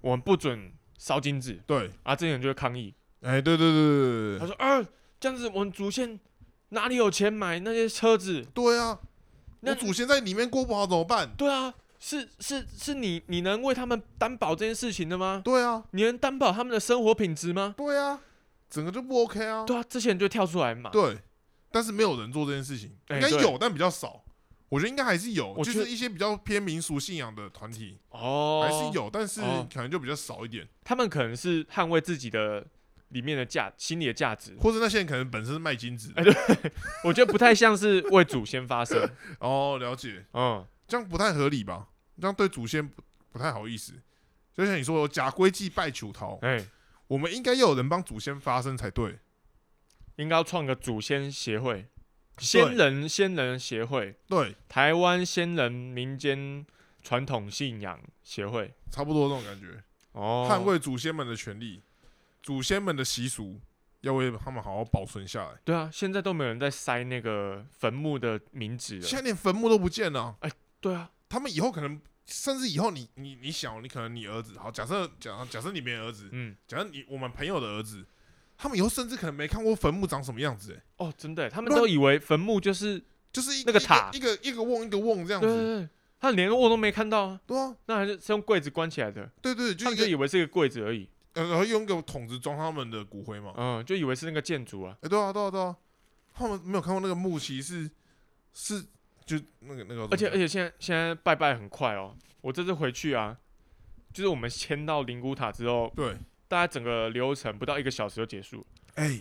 [SPEAKER 2] 我们不准烧金纸
[SPEAKER 1] 对，
[SPEAKER 2] 啊，这些人就会抗议。
[SPEAKER 1] 哎对对对对对
[SPEAKER 2] 他说：“啊，这样子我们祖先哪里有钱买那些车子？
[SPEAKER 1] 对啊，
[SPEAKER 2] 那
[SPEAKER 1] 我祖先在里面过不好怎么办？
[SPEAKER 2] 对啊，是是是你你能为他们担保这件事情的吗？
[SPEAKER 1] 对啊
[SPEAKER 2] 你能担保他们的生活品质吗？
[SPEAKER 1] 对啊，整个就不 OK 啊，
[SPEAKER 2] 对啊，这些人就会跳出来嘛。
[SPEAKER 1] 对，但是没有人做这件事情，
[SPEAKER 2] 哎
[SPEAKER 1] 应该
[SPEAKER 2] 对
[SPEAKER 1] 有但比较少。我觉得应该还是有，
[SPEAKER 2] 我
[SPEAKER 1] 就
[SPEAKER 2] 觉
[SPEAKER 1] 是
[SPEAKER 2] 得
[SPEAKER 1] 一些比较偏民俗信仰的团体
[SPEAKER 2] 哦，
[SPEAKER 1] 还是有，但是
[SPEAKER 2] 哦
[SPEAKER 1] 可能就比较少一点，
[SPEAKER 2] 他们可能是捍卫自己的里面的价心理的价值，
[SPEAKER 1] 或者那些人可能本身是卖金子的。
[SPEAKER 2] 我觉得不太像是为祖先
[SPEAKER 1] [laughs]
[SPEAKER 2] 发声。
[SPEAKER 1] 哦，了解，
[SPEAKER 2] 嗯，
[SPEAKER 1] 这样不太合理吧？这样对祖先不不太好意思。就像你说，假规祭拜求桃，
[SPEAKER 2] 哎、
[SPEAKER 1] 我们应该要有人帮祖先发声才对。
[SPEAKER 2] 应该要创个祖先协会，先人先人协会，
[SPEAKER 1] 对，
[SPEAKER 2] 台湾先人民间传统信仰协会。
[SPEAKER 1] 差不多这种感觉，
[SPEAKER 2] 哦，
[SPEAKER 1] 捍卫祖先们的权利，祖先们的习俗要为他们好好保存下来。
[SPEAKER 2] 对啊，现在都没有人在塞那个坟墓的名字
[SPEAKER 1] 现
[SPEAKER 2] 了。
[SPEAKER 1] 在连坟墓都不见了，
[SPEAKER 2] 对啊，
[SPEAKER 1] 他们以后可能，甚至以后你你你想，你可能你儿子，好，假设假假设你没儿子，
[SPEAKER 2] 嗯，
[SPEAKER 1] 假如你我们朋友的儿子，他们以后甚至可能没看过坟墓长什么样子、欸，
[SPEAKER 2] 哦，真的耶，他们都以为坟墓就是
[SPEAKER 1] 就是一
[SPEAKER 2] 那个塔
[SPEAKER 1] 一个一个一个瓮一个瓮这样
[SPEAKER 2] 对对
[SPEAKER 1] 子，
[SPEAKER 2] 对，他连个瓮都没看到啊，
[SPEAKER 1] 对啊，
[SPEAKER 2] 那还是是用柜子关起来的，
[SPEAKER 1] 对对，
[SPEAKER 2] 他
[SPEAKER 1] 就
[SPEAKER 2] 们
[SPEAKER 1] 一
[SPEAKER 2] 就
[SPEAKER 1] 个
[SPEAKER 2] 以为是一个柜子而已，
[SPEAKER 1] 呃，然后用一个桶子装他们的骨灰嘛，哎、
[SPEAKER 2] 嗯，就以为是那个建筑啊，
[SPEAKER 1] 对啊，对啊，对啊，他们没有看过那个木旗是是就那个那个，
[SPEAKER 2] 而且而
[SPEAKER 1] 且
[SPEAKER 2] 且现在现在拜拜很快哦，我这次回去啊，就是我们迁到灵谷塔之后，
[SPEAKER 1] 对，
[SPEAKER 2] 大概整个流程不到一个小时就结束。
[SPEAKER 1] 哎、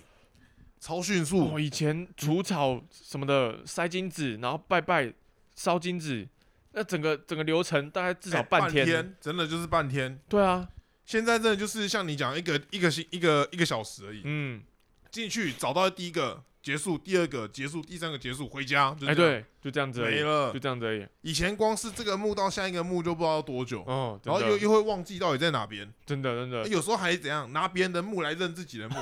[SPEAKER 1] 超迅速，
[SPEAKER 2] 哦，以前
[SPEAKER 1] 嗯
[SPEAKER 2] 除草什么的，塞金子，然后拜拜，烧金子，那整个整个流程大概至
[SPEAKER 1] 至
[SPEAKER 2] 少
[SPEAKER 1] 哎半
[SPEAKER 2] 半天。
[SPEAKER 1] 真的就是半天。
[SPEAKER 2] 对啊，
[SPEAKER 1] 现在真的就是像你讲，一个一个星一个一个小时而已，
[SPEAKER 2] 嗯，
[SPEAKER 1] 进去找到第一个结束，第二个结束，第三个结束，回家，就
[SPEAKER 2] 哎，
[SPEAKER 1] 这样，
[SPEAKER 2] 对，就这样子而
[SPEAKER 1] 没
[SPEAKER 2] 已，
[SPEAKER 1] 了
[SPEAKER 2] 就。这样子而已。
[SPEAKER 1] 以前光是这个墓到下一个墓就不知道要多久，
[SPEAKER 2] 哦，真
[SPEAKER 1] 然后
[SPEAKER 2] 的
[SPEAKER 1] 又，哎又会忘记到底在哪边，
[SPEAKER 2] 真的，真的，
[SPEAKER 1] 有时候还怎样拿别人的墓来认自己
[SPEAKER 2] [laughs]
[SPEAKER 1] 的墓，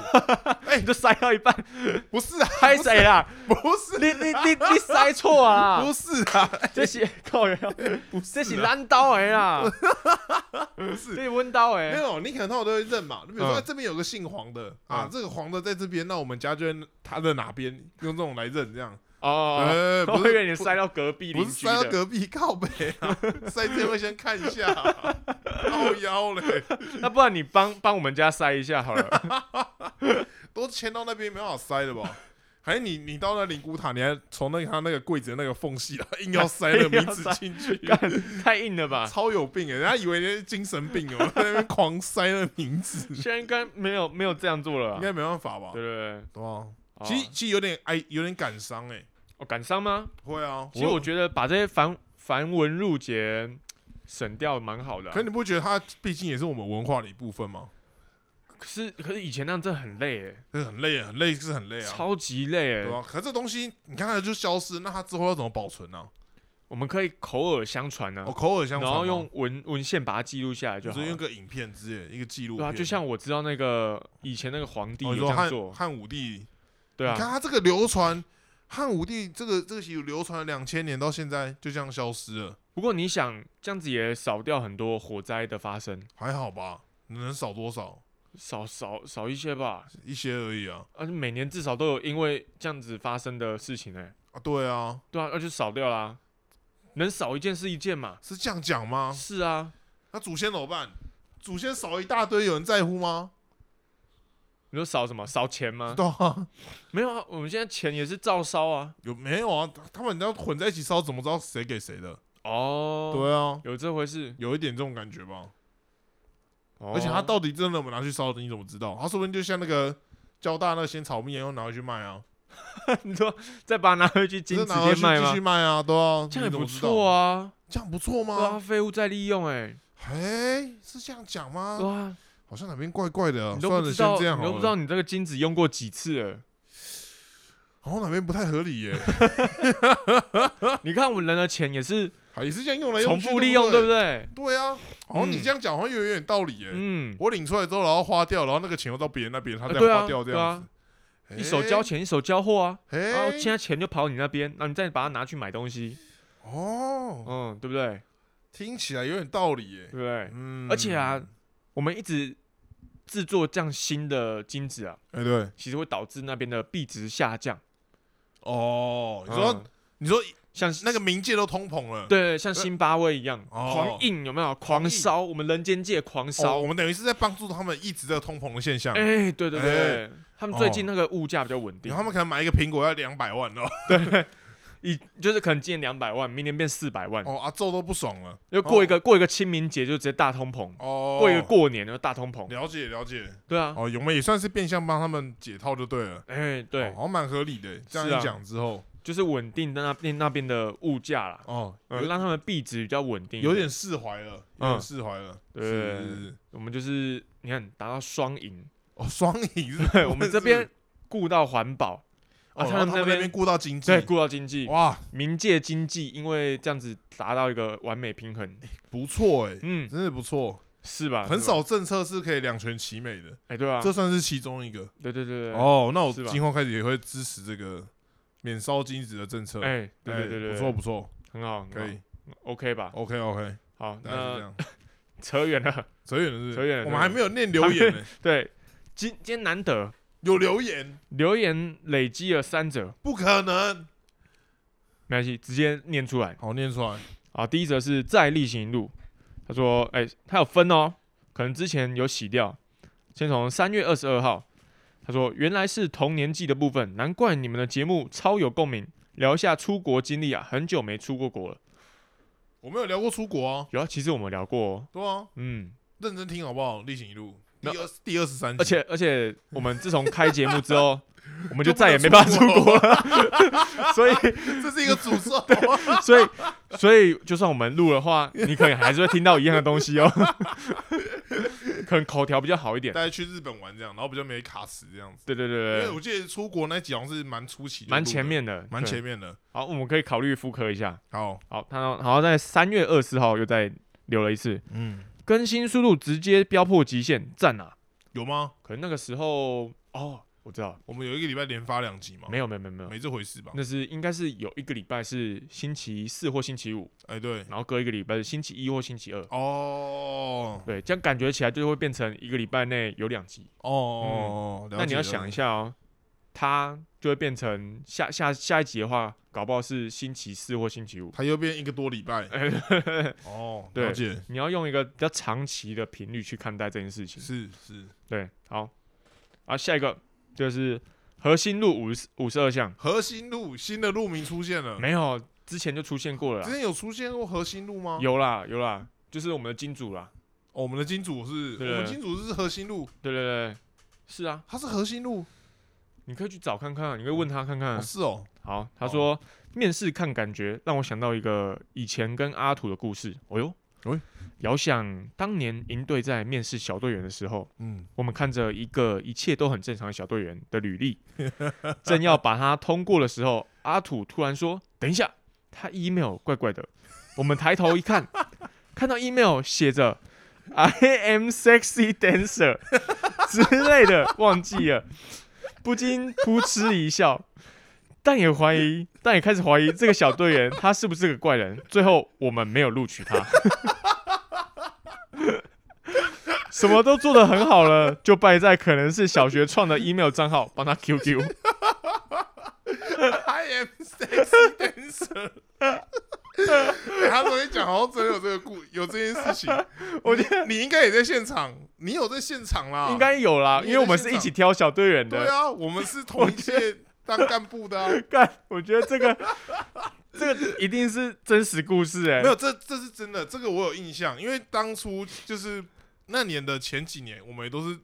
[SPEAKER 2] 哎你就塞到一半， [laughs]
[SPEAKER 1] 不是啊，
[SPEAKER 2] 拍谁啦？
[SPEAKER 1] [laughs] 不是，
[SPEAKER 2] 你你你你塞错啊！
[SPEAKER 1] 不是啊，
[SPEAKER 2] 这是靠呀，这是烂刀的啦，
[SPEAKER 1] 不是。
[SPEAKER 2] 这是温刀
[SPEAKER 1] 没
[SPEAKER 2] 的。
[SPEAKER 1] 有，你可能通常都会认嘛。你比如说，
[SPEAKER 2] 哎嗯
[SPEAKER 1] 哎这边有个姓黄的啊
[SPEAKER 2] 嗯，
[SPEAKER 1] 这个黄的在这边，那我们家就会他的哪边用这种来认，这样。
[SPEAKER 2] 哦， [laughs]
[SPEAKER 1] 呃，
[SPEAKER 2] 我
[SPEAKER 1] 不
[SPEAKER 2] 以为
[SPEAKER 1] 是，
[SPEAKER 2] 你塞到隔壁
[SPEAKER 1] 不
[SPEAKER 2] 邻
[SPEAKER 1] 是
[SPEAKER 2] 居
[SPEAKER 1] 塞到
[SPEAKER 2] 的。
[SPEAKER 1] 隔壁靠北
[SPEAKER 2] [laughs]
[SPEAKER 1] 啊，塞这边会先看一下啊，靠腰嘞，
[SPEAKER 2] 那不然你帮帮我们家塞一下好了。
[SPEAKER 1] [laughs] 都迁到那边没办法塞的
[SPEAKER 2] [laughs]
[SPEAKER 1] 吧？还是你你到那灵骨塔，你还从那个他那个柜子的那个缝隙啊，硬要塞那个名字进去，
[SPEAKER 2] [laughs] 干太硬了吧？
[SPEAKER 1] 超有病哎、人家以为你是精神病哦，在那边狂塞那名字，
[SPEAKER 2] [laughs]
[SPEAKER 1] [laughs]
[SPEAKER 2] 现在应该没有没有这样做了
[SPEAKER 1] 应
[SPEAKER 2] 啦，
[SPEAKER 1] 该没办法吧？
[SPEAKER 2] 对对
[SPEAKER 1] 对啊，
[SPEAKER 2] 对。
[SPEAKER 1] 其实其实有点哎，有点感伤哎、
[SPEAKER 2] 我哦感伤吗？
[SPEAKER 1] 会啊，
[SPEAKER 2] 其实我觉得把这些繁繁文缛节省掉蛮好的啊、
[SPEAKER 1] 可你不觉得它毕竟也是我们文化的一部分吗？
[SPEAKER 2] 可是可是以前那样真的很累哎、
[SPEAKER 1] 这很累，很累是很累啊，
[SPEAKER 2] 超级累哎、
[SPEAKER 1] 对啊。可这东西你看它就消失，那它之后要怎么保存呢、
[SPEAKER 2] 我们可以口耳相传呢、
[SPEAKER 1] 我、哦口耳相传啊
[SPEAKER 2] 然
[SPEAKER 1] 吗，
[SPEAKER 2] 后用文文献把它记录下来就
[SPEAKER 1] 就
[SPEAKER 2] 好
[SPEAKER 1] 是用
[SPEAKER 2] 了。
[SPEAKER 1] 个影片之类的一个记录
[SPEAKER 2] 对
[SPEAKER 1] 片、
[SPEAKER 2] 啊，就像我知道那个以前那个皇帝
[SPEAKER 1] 哦
[SPEAKER 2] 有
[SPEAKER 1] 你
[SPEAKER 2] 这
[SPEAKER 1] 说
[SPEAKER 2] 样
[SPEAKER 1] 汉
[SPEAKER 2] 做，
[SPEAKER 1] 汉武帝，
[SPEAKER 2] 对
[SPEAKER 1] 你看
[SPEAKER 2] 啊，
[SPEAKER 1] 他这个流传，汉武帝这个这个习俗流传了两千年，到现在就这样消失了，
[SPEAKER 2] 不过你想这样子也少掉很多火灾的发生，
[SPEAKER 1] 还好吧？能少多少？
[SPEAKER 2] 少少少一些吧。
[SPEAKER 1] 一些而已啊。
[SPEAKER 2] 而且每年至少都有因为这样子发生的事情哎、
[SPEAKER 1] 啊，对啊，
[SPEAKER 2] 对啊，那就少掉啦，能少一件是一件嘛。
[SPEAKER 1] 是这样讲吗？
[SPEAKER 2] 是啊，
[SPEAKER 1] 那祖先怎么办？祖先少一大堆，有人在乎吗？
[SPEAKER 2] 你说少什么？少钱吗？
[SPEAKER 1] 对啊，
[SPEAKER 2] 没有啊，我们现在钱也是照烧啊。
[SPEAKER 1] 有没有啊？他他们要混在一起烧，怎么知道谁给谁的？
[SPEAKER 2] 哦，
[SPEAKER 1] 对啊，
[SPEAKER 2] 有这回事。
[SPEAKER 1] 有一点这种感觉吧。
[SPEAKER 2] 哦
[SPEAKER 1] 而且他到底真的有没有拿去烧的，你怎么知道？他说不定就像那个交大那鲜炒面一样，又拿回去卖啊，
[SPEAKER 2] [laughs] 你说再把它拿回去金
[SPEAKER 1] 就
[SPEAKER 2] 子
[SPEAKER 1] 是拿回
[SPEAKER 2] 店
[SPEAKER 1] 去
[SPEAKER 2] 卖
[SPEAKER 1] 继续
[SPEAKER 2] 吗？
[SPEAKER 1] 卖啊，对啊，
[SPEAKER 2] 这样
[SPEAKER 1] 你
[SPEAKER 2] 也
[SPEAKER 1] 怎
[SPEAKER 2] 不
[SPEAKER 1] 么知道
[SPEAKER 2] 错，啊，
[SPEAKER 1] 这样不错
[SPEAKER 2] 对啊，
[SPEAKER 1] 吗？
[SPEAKER 2] 废物再利用，哎，
[SPEAKER 1] 哎，是这样讲吗？
[SPEAKER 2] 对啊，
[SPEAKER 1] 好像哪边怪怪的啊，
[SPEAKER 2] 你都
[SPEAKER 1] 算
[SPEAKER 2] 不
[SPEAKER 1] 了，
[SPEAKER 2] 知
[SPEAKER 1] 先
[SPEAKER 2] 道，
[SPEAKER 1] 这样
[SPEAKER 2] 你都
[SPEAKER 1] 好
[SPEAKER 2] 不知道
[SPEAKER 1] 了。
[SPEAKER 2] 你这个金子用过几
[SPEAKER 1] [laughs]
[SPEAKER 2] 次了。
[SPEAKER 1] 好像哪边不太合
[SPEAKER 2] [laughs]
[SPEAKER 1] 理耶，
[SPEAKER 2] 你看我们人的钱也是
[SPEAKER 1] 好也是这样用来
[SPEAKER 2] 重
[SPEAKER 1] 用去
[SPEAKER 2] 复利用，对
[SPEAKER 1] 对
[SPEAKER 2] 不？对？
[SPEAKER 1] 对啊，好像你
[SPEAKER 2] 嗯
[SPEAKER 1] 这样讲好像有点道理耶。
[SPEAKER 2] 嗯，
[SPEAKER 1] [laughs] 我领出来之后，然后花掉，然后那个钱又到别人那边，他
[SPEAKER 2] 呃
[SPEAKER 1] 再
[SPEAKER 2] 对啊
[SPEAKER 1] 花掉这
[SPEAKER 2] 对啊
[SPEAKER 1] 样子，哎
[SPEAKER 2] 一手交，钱一手交货啊，然后
[SPEAKER 1] 哎，
[SPEAKER 2] 现在钱就跑你那边，然后你再把它拿去买东西，
[SPEAKER 1] 哦，
[SPEAKER 2] 嗯，对不对？
[SPEAKER 1] 听起来有点道理耶
[SPEAKER 2] 对。不对？
[SPEAKER 1] 嗯，
[SPEAKER 2] 而且啊，我们一直制作这样新的金子啊，
[SPEAKER 1] 哎，对，
[SPEAKER 2] 其实会导致那边的币值下降。
[SPEAKER 1] 哦，你说
[SPEAKER 2] 嗯
[SPEAKER 1] 你说
[SPEAKER 2] 像
[SPEAKER 1] 那个冥界都通膨了，
[SPEAKER 2] 对，对像新巴威一样，
[SPEAKER 1] 哦
[SPEAKER 2] 狂印有没有？狂
[SPEAKER 1] 印
[SPEAKER 2] 烧，我们人间界狂
[SPEAKER 1] 哦，
[SPEAKER 2] 烧。
[SPEAKER 1] 我们等于是在帮助他们抑制这个通膨的现象。
[SPEAKER 2] 哎，对对对，他们最近
[SPEAKER 1] 哦
[SPEAKER 2] 那个物价比较稳定
[SPEAKER 1] 然后他，们可能买一个苹果要两百万哦，
[SPEAKER 2] 一就是可能今年两百万，明年变四百万，
[SPEAKER 1] 哦，阿宙都不爽了。
[SPEAKER 2] 就过一个过一个清明节就直接大通膨，
[SPEAKER 1] 哦，
[SPEAKER 2] 过一个过年就大通膨。
[SPEAKER 1] 了解了解。
[SPEAKER 2] 对啊，
[SPEAKER 1] 哦，我们也算是变相帮他们解套就对了。
[SPEAKER 2] 哎，对
[SPEAKER 1] 哦，好像蛮合理的。这样
[SPEAKER 2] 是啊
[SPEAKER 1] 一讲之后，
[SPEAKER 2] 就是稳定的那边那边的物价啦，
[SPEAKER 1] 哦，
[SPEAKER 2] 呃，
[SPEAKER 1] 有
[SPEAKER 2] 让他们币值比较稳定一，
[SPEAKER 1] 有点释怀了，有
[SPEAKER 2] 嗯
[SPEAKER 1] 点释怀了。
[SPEAKER 2] 对
[SPEAKER 1] 是是是
[SPEAKER 2] 我们就是你看达到双
[SPEAKER 1] [laughs]
[SPEAKER 2] 赢，
[SPEAKER 1] 哦，双赢是
[SPEAKER 2] 对，我们这
[SPEAKER 1] [laughs]
[SPEAKER 2] 边
[SPEAKER 1] 是
[SPEAKER 2] 顾到环保，啊，
[SPEAKER 1] 哦，然后他
[SPEAKER 2] 他们那
[SPEAKER 1] 们那边
[SPEAKER 2] 边
[SPEAKER 1] 顾到经济
[SPEAKER 2] 对，顾到经济，
[SPEAKER 1] 哇，
[SPEAKER 2] 冥界经济因为这样子达到一个完美
[SPEAKER 1] [laughs]
[SPEAKER 2] 平衡，
[SPEAKER 1] 不错哎，
[SPEAKER 2] 嗯，
[SPEAKER 1] 真的不错，
[SPEAKER 2] 是吧？
[SPEAKER 1] 很
[SPEAKER 2] 是吧，
[SPEAKER 1] 少政策是可以两全其美的，
[SPEAKER 2] 哎，对啊，
[SPEAKER 1] 这算是其中一个。
[SPEAKER 2] 对对对对，，
[SPEAKER 1] 哦，那我
[SPEAKER 2] 是吧
[SPEAKER 1] 今后开始也会支持这个免烧金子的政策。
[SPEAKER 2] 哎，对对
[SPEAKER 1] 哎
[SPEAKER 2] 对对，
[SPEAKER 1] 不错
[SPEAKER 2] 对，
[SPEAKER 1] 不错，
[SPEAKER 2] 很好，很好
[SPEAKER 1] 可以
[SPEAKER 2] ，OK 吧？
[SPEAKER 1] ，OK OK，
[SPEAKER 2] 好，
[SPEAKER 1] 大概是这
[SPEAKER 2] 那
[SPEAKER 1] 样。
[SPEAKER 2] 扯远了， [laughs]
[SPEAKER 1] 扯远了是不是，
[SPEAKER 2] 扯远了
[SPEAKER 1] 我
[SPEAKER 2] 扯
[SPEAKER 1] 们还
[SPEAKER 2] 远
[SPEAKER 1] 没有念留言呢，
[SPEAKER 2] 对，今今天难得
[SPEAKER 1] 有留言，
[SPEAKER 2] 留言累积了三折，
[SPEAKER 1] 不可能。
[SPEAKER 2] 没关系，直接念出来。
[SPEAKER 1] 好，念出来。
[SPEAKER 2] 啊，第一则是在例行路，他说，哎、他有分哦，可能之前有洗掉，先从三月二十二号，他说原来是同年纪的部分，难怪你们的节目超有共鸣，聊一下出国经历啊，很久没出过国了。
[SPEAKER 1] 我们有聊过出国啊，
[SPEAKER 2] 有啊，其实我们聊过、哦，
[SPEAKER 1] 对啊，
[SPEAKER 2] 嗯，
[SPEAKER 1] 认真听好不好？例行一路第
[SPEAKER 2] 那
[SPEAKER 1] 二第二十三集，
[SPEAKER 2] 而且而且我们自从开节目之后，我们
[SPEAKER 1] 就
[SPEAKER 2] 就
[SPEAKER 1] 不
[SPEAKER 2] 再也
[SPEAKER 1] 能
[SPEAKER 2] 没
[SPEAKER 1] 出
[SPEAKER 2] 办法出
[SPEAKER 1] 国
[SPEAKER 2] 国了， [laughs] 所以
[SPEAKER 1] [laughs] 这是一个诅
[SPEAKER 2] [laughs]
[SPEAKER 1] 咒。
[SPEAKER 2] 所以所以就算我们录的话，你可能还是会听到一样的东西哦， [laughs] 可能口条比较好一点。
[SPEAKER 1] [laughs] 大家去日本玩这样，然后比较没卡死这样子。
[SPEAKER 2] 对对对
[SPEAKER 1] 因
[SPEAKER 2] 对
[SPEAKER 1] 为
[SPEAKER 2] 对
[SPEAKER 1] 我。记得出国那集好像是蛮初期，
[SPEAKER 2] 蛮前，面的，
[SPEAKER 1] 蛮
[SPEAKER 2] 对
[SPEAKER 1] 前。面的。
[SPEAKER 2] 好，我们可以考虑复刻一下。
[SPEAKER 1] 好，
[SPEAKER 2] 好，他好像在三月二十号又再留了一次，
[SPEAKER 1] 嗯，
[SPEAKER 2] 更新速度直接飙破极限，赞啊！
[SPEAKER 1] 有吗？
[SPEAKER 2] 可能那个时候哦，我知道，
[SPEAKER 1] 我们有一个礼拜连发两集吗？
[SPEAKER 2] 没有没有没有没
[SPEAKER 1] 哦
[SPEAKER 2] 有，
[SPEAKER 1] 没这回事吧？
[SPEAKER 2] 那是应该是有一个礼拜是星期四或星期五，
[SPEAKER 1] 哎，对，
[SPEAKER 2] 然后隔一个礼拜是星期一或星期二。
[SPEAKER 1] 哦，
[SPEAKER 2] 对，这样感觉起来就会变成一个礼拜内有两集。
[SPEAKER 1] 哦哦，了
[SPEAKER 2] 嗯那你
[SPEAKER 1] 解
[SPEAKER 2] 要
[SPEAKER 1] 了
[SPEAKER 2] 想一
[SPEAKER 1] 解
[SPEAKER 2] 下哦，它就会变成下下下一集的话，搞不好是星期四或星期五。
[SPEAKER 1] 他又变一个多礼拜。
[SPEAKER 2] 哎
[SPEAKER 1] 哦，
[SPEAKER 2] 对
[SPEAKER 1] 了解，
[SPEAKER 2] 你要用一个比较长期的频率去看待这件事情。
[SPEAKER 1] 是是。
[SPEAKER 2] 对，好，啊，下一个就是核心路五十五十二项，
[SPEAKER 1] 核心路新的路名出现了，
[SPEAKER 2] 没有，之前就出现过了
[SPEAKER 1] 之
[SPEAKER 2] 啦，
[SPEAKER 1] 前有出现过核心路吗？
[SPEAKER 2] 有啦有啦，就是我们的金主啦，
[SPEAKER 1] 哦，我们的金主是，我
[SPEAKER 2] 对
[SPEAKER 1] 们金主是核心路，
[SPEAKER 2] 对对对，是啊，
[SPEAKER 1] 他是核心路，
[SPEAKER 2] 你可以去找看看啊，你可以问他看
[SPEAKER 1] 哦
[SPEAKER 2] 看啊。
[SPEAKER 1] 是哦，
[SPEAKER 2] 好，他
[SPEAKER 1] 哦
[SPEAKER 2] 说面试看感觉，让我想到一个以前跟阿土的故事。哦哟，
[SPEAKER 1] 喂
[SPEAKER 2] 遥想当年营队在面试小队员的时候，
[SPEAKER 1] 嗯，
[SPEAKER 2] 我们看着一个一切都很正常的小队员的履历， [laughs] 正要把他通过的时候，阿土突然说：“等一下，他 email 怪怪的。” [laughs] 我们抬头一看， [laughs] 看到 email 写着 “I am sexy dancer” [laughs] 之类的，忘记了，不禁扑哧一笑。但也怀疑，但也开始怀疑这个小队员他是不是个怪人。最后我们没有录取他。什么都做得很好了，就败在可能是小学创的 email 账号帮他 QQ。
[SPEAKER 1] [laughs] I am s a dancer。欸他昨天讲好像真的有这个故，有这件事情。
[SPEAKER 2] 我
[SPEAKER 1] 觉得你应该也在现场，你有在现场啦。
[SPEAKER 2] 应该有 [laughs] 啦，
[SPEAKER 1] 你
[SPEAKER 2] 因
[SPEAKER 1] 也
[SPEAKER 2] 为我们
[SPEAKER 1] 在
[SPEAKER 2] 是
[SPEAKER 1] 现
[SPEAKER 2] 一
[SPEAKER 1] 场
[SPEAKER 2] 起挑小队员
[SPEAKER 1] 对
[SPEAKER 2] 的。
[SPEAKER 1] 啊，我们是同一届当干部的啊。
[SPEAKER 2] 干，我觉得这个这个一定是真实故事哎、
[SPEAKER 1] 没有，这这是真的，这个我有印象，因为当初就是那年的前几年，我们也都是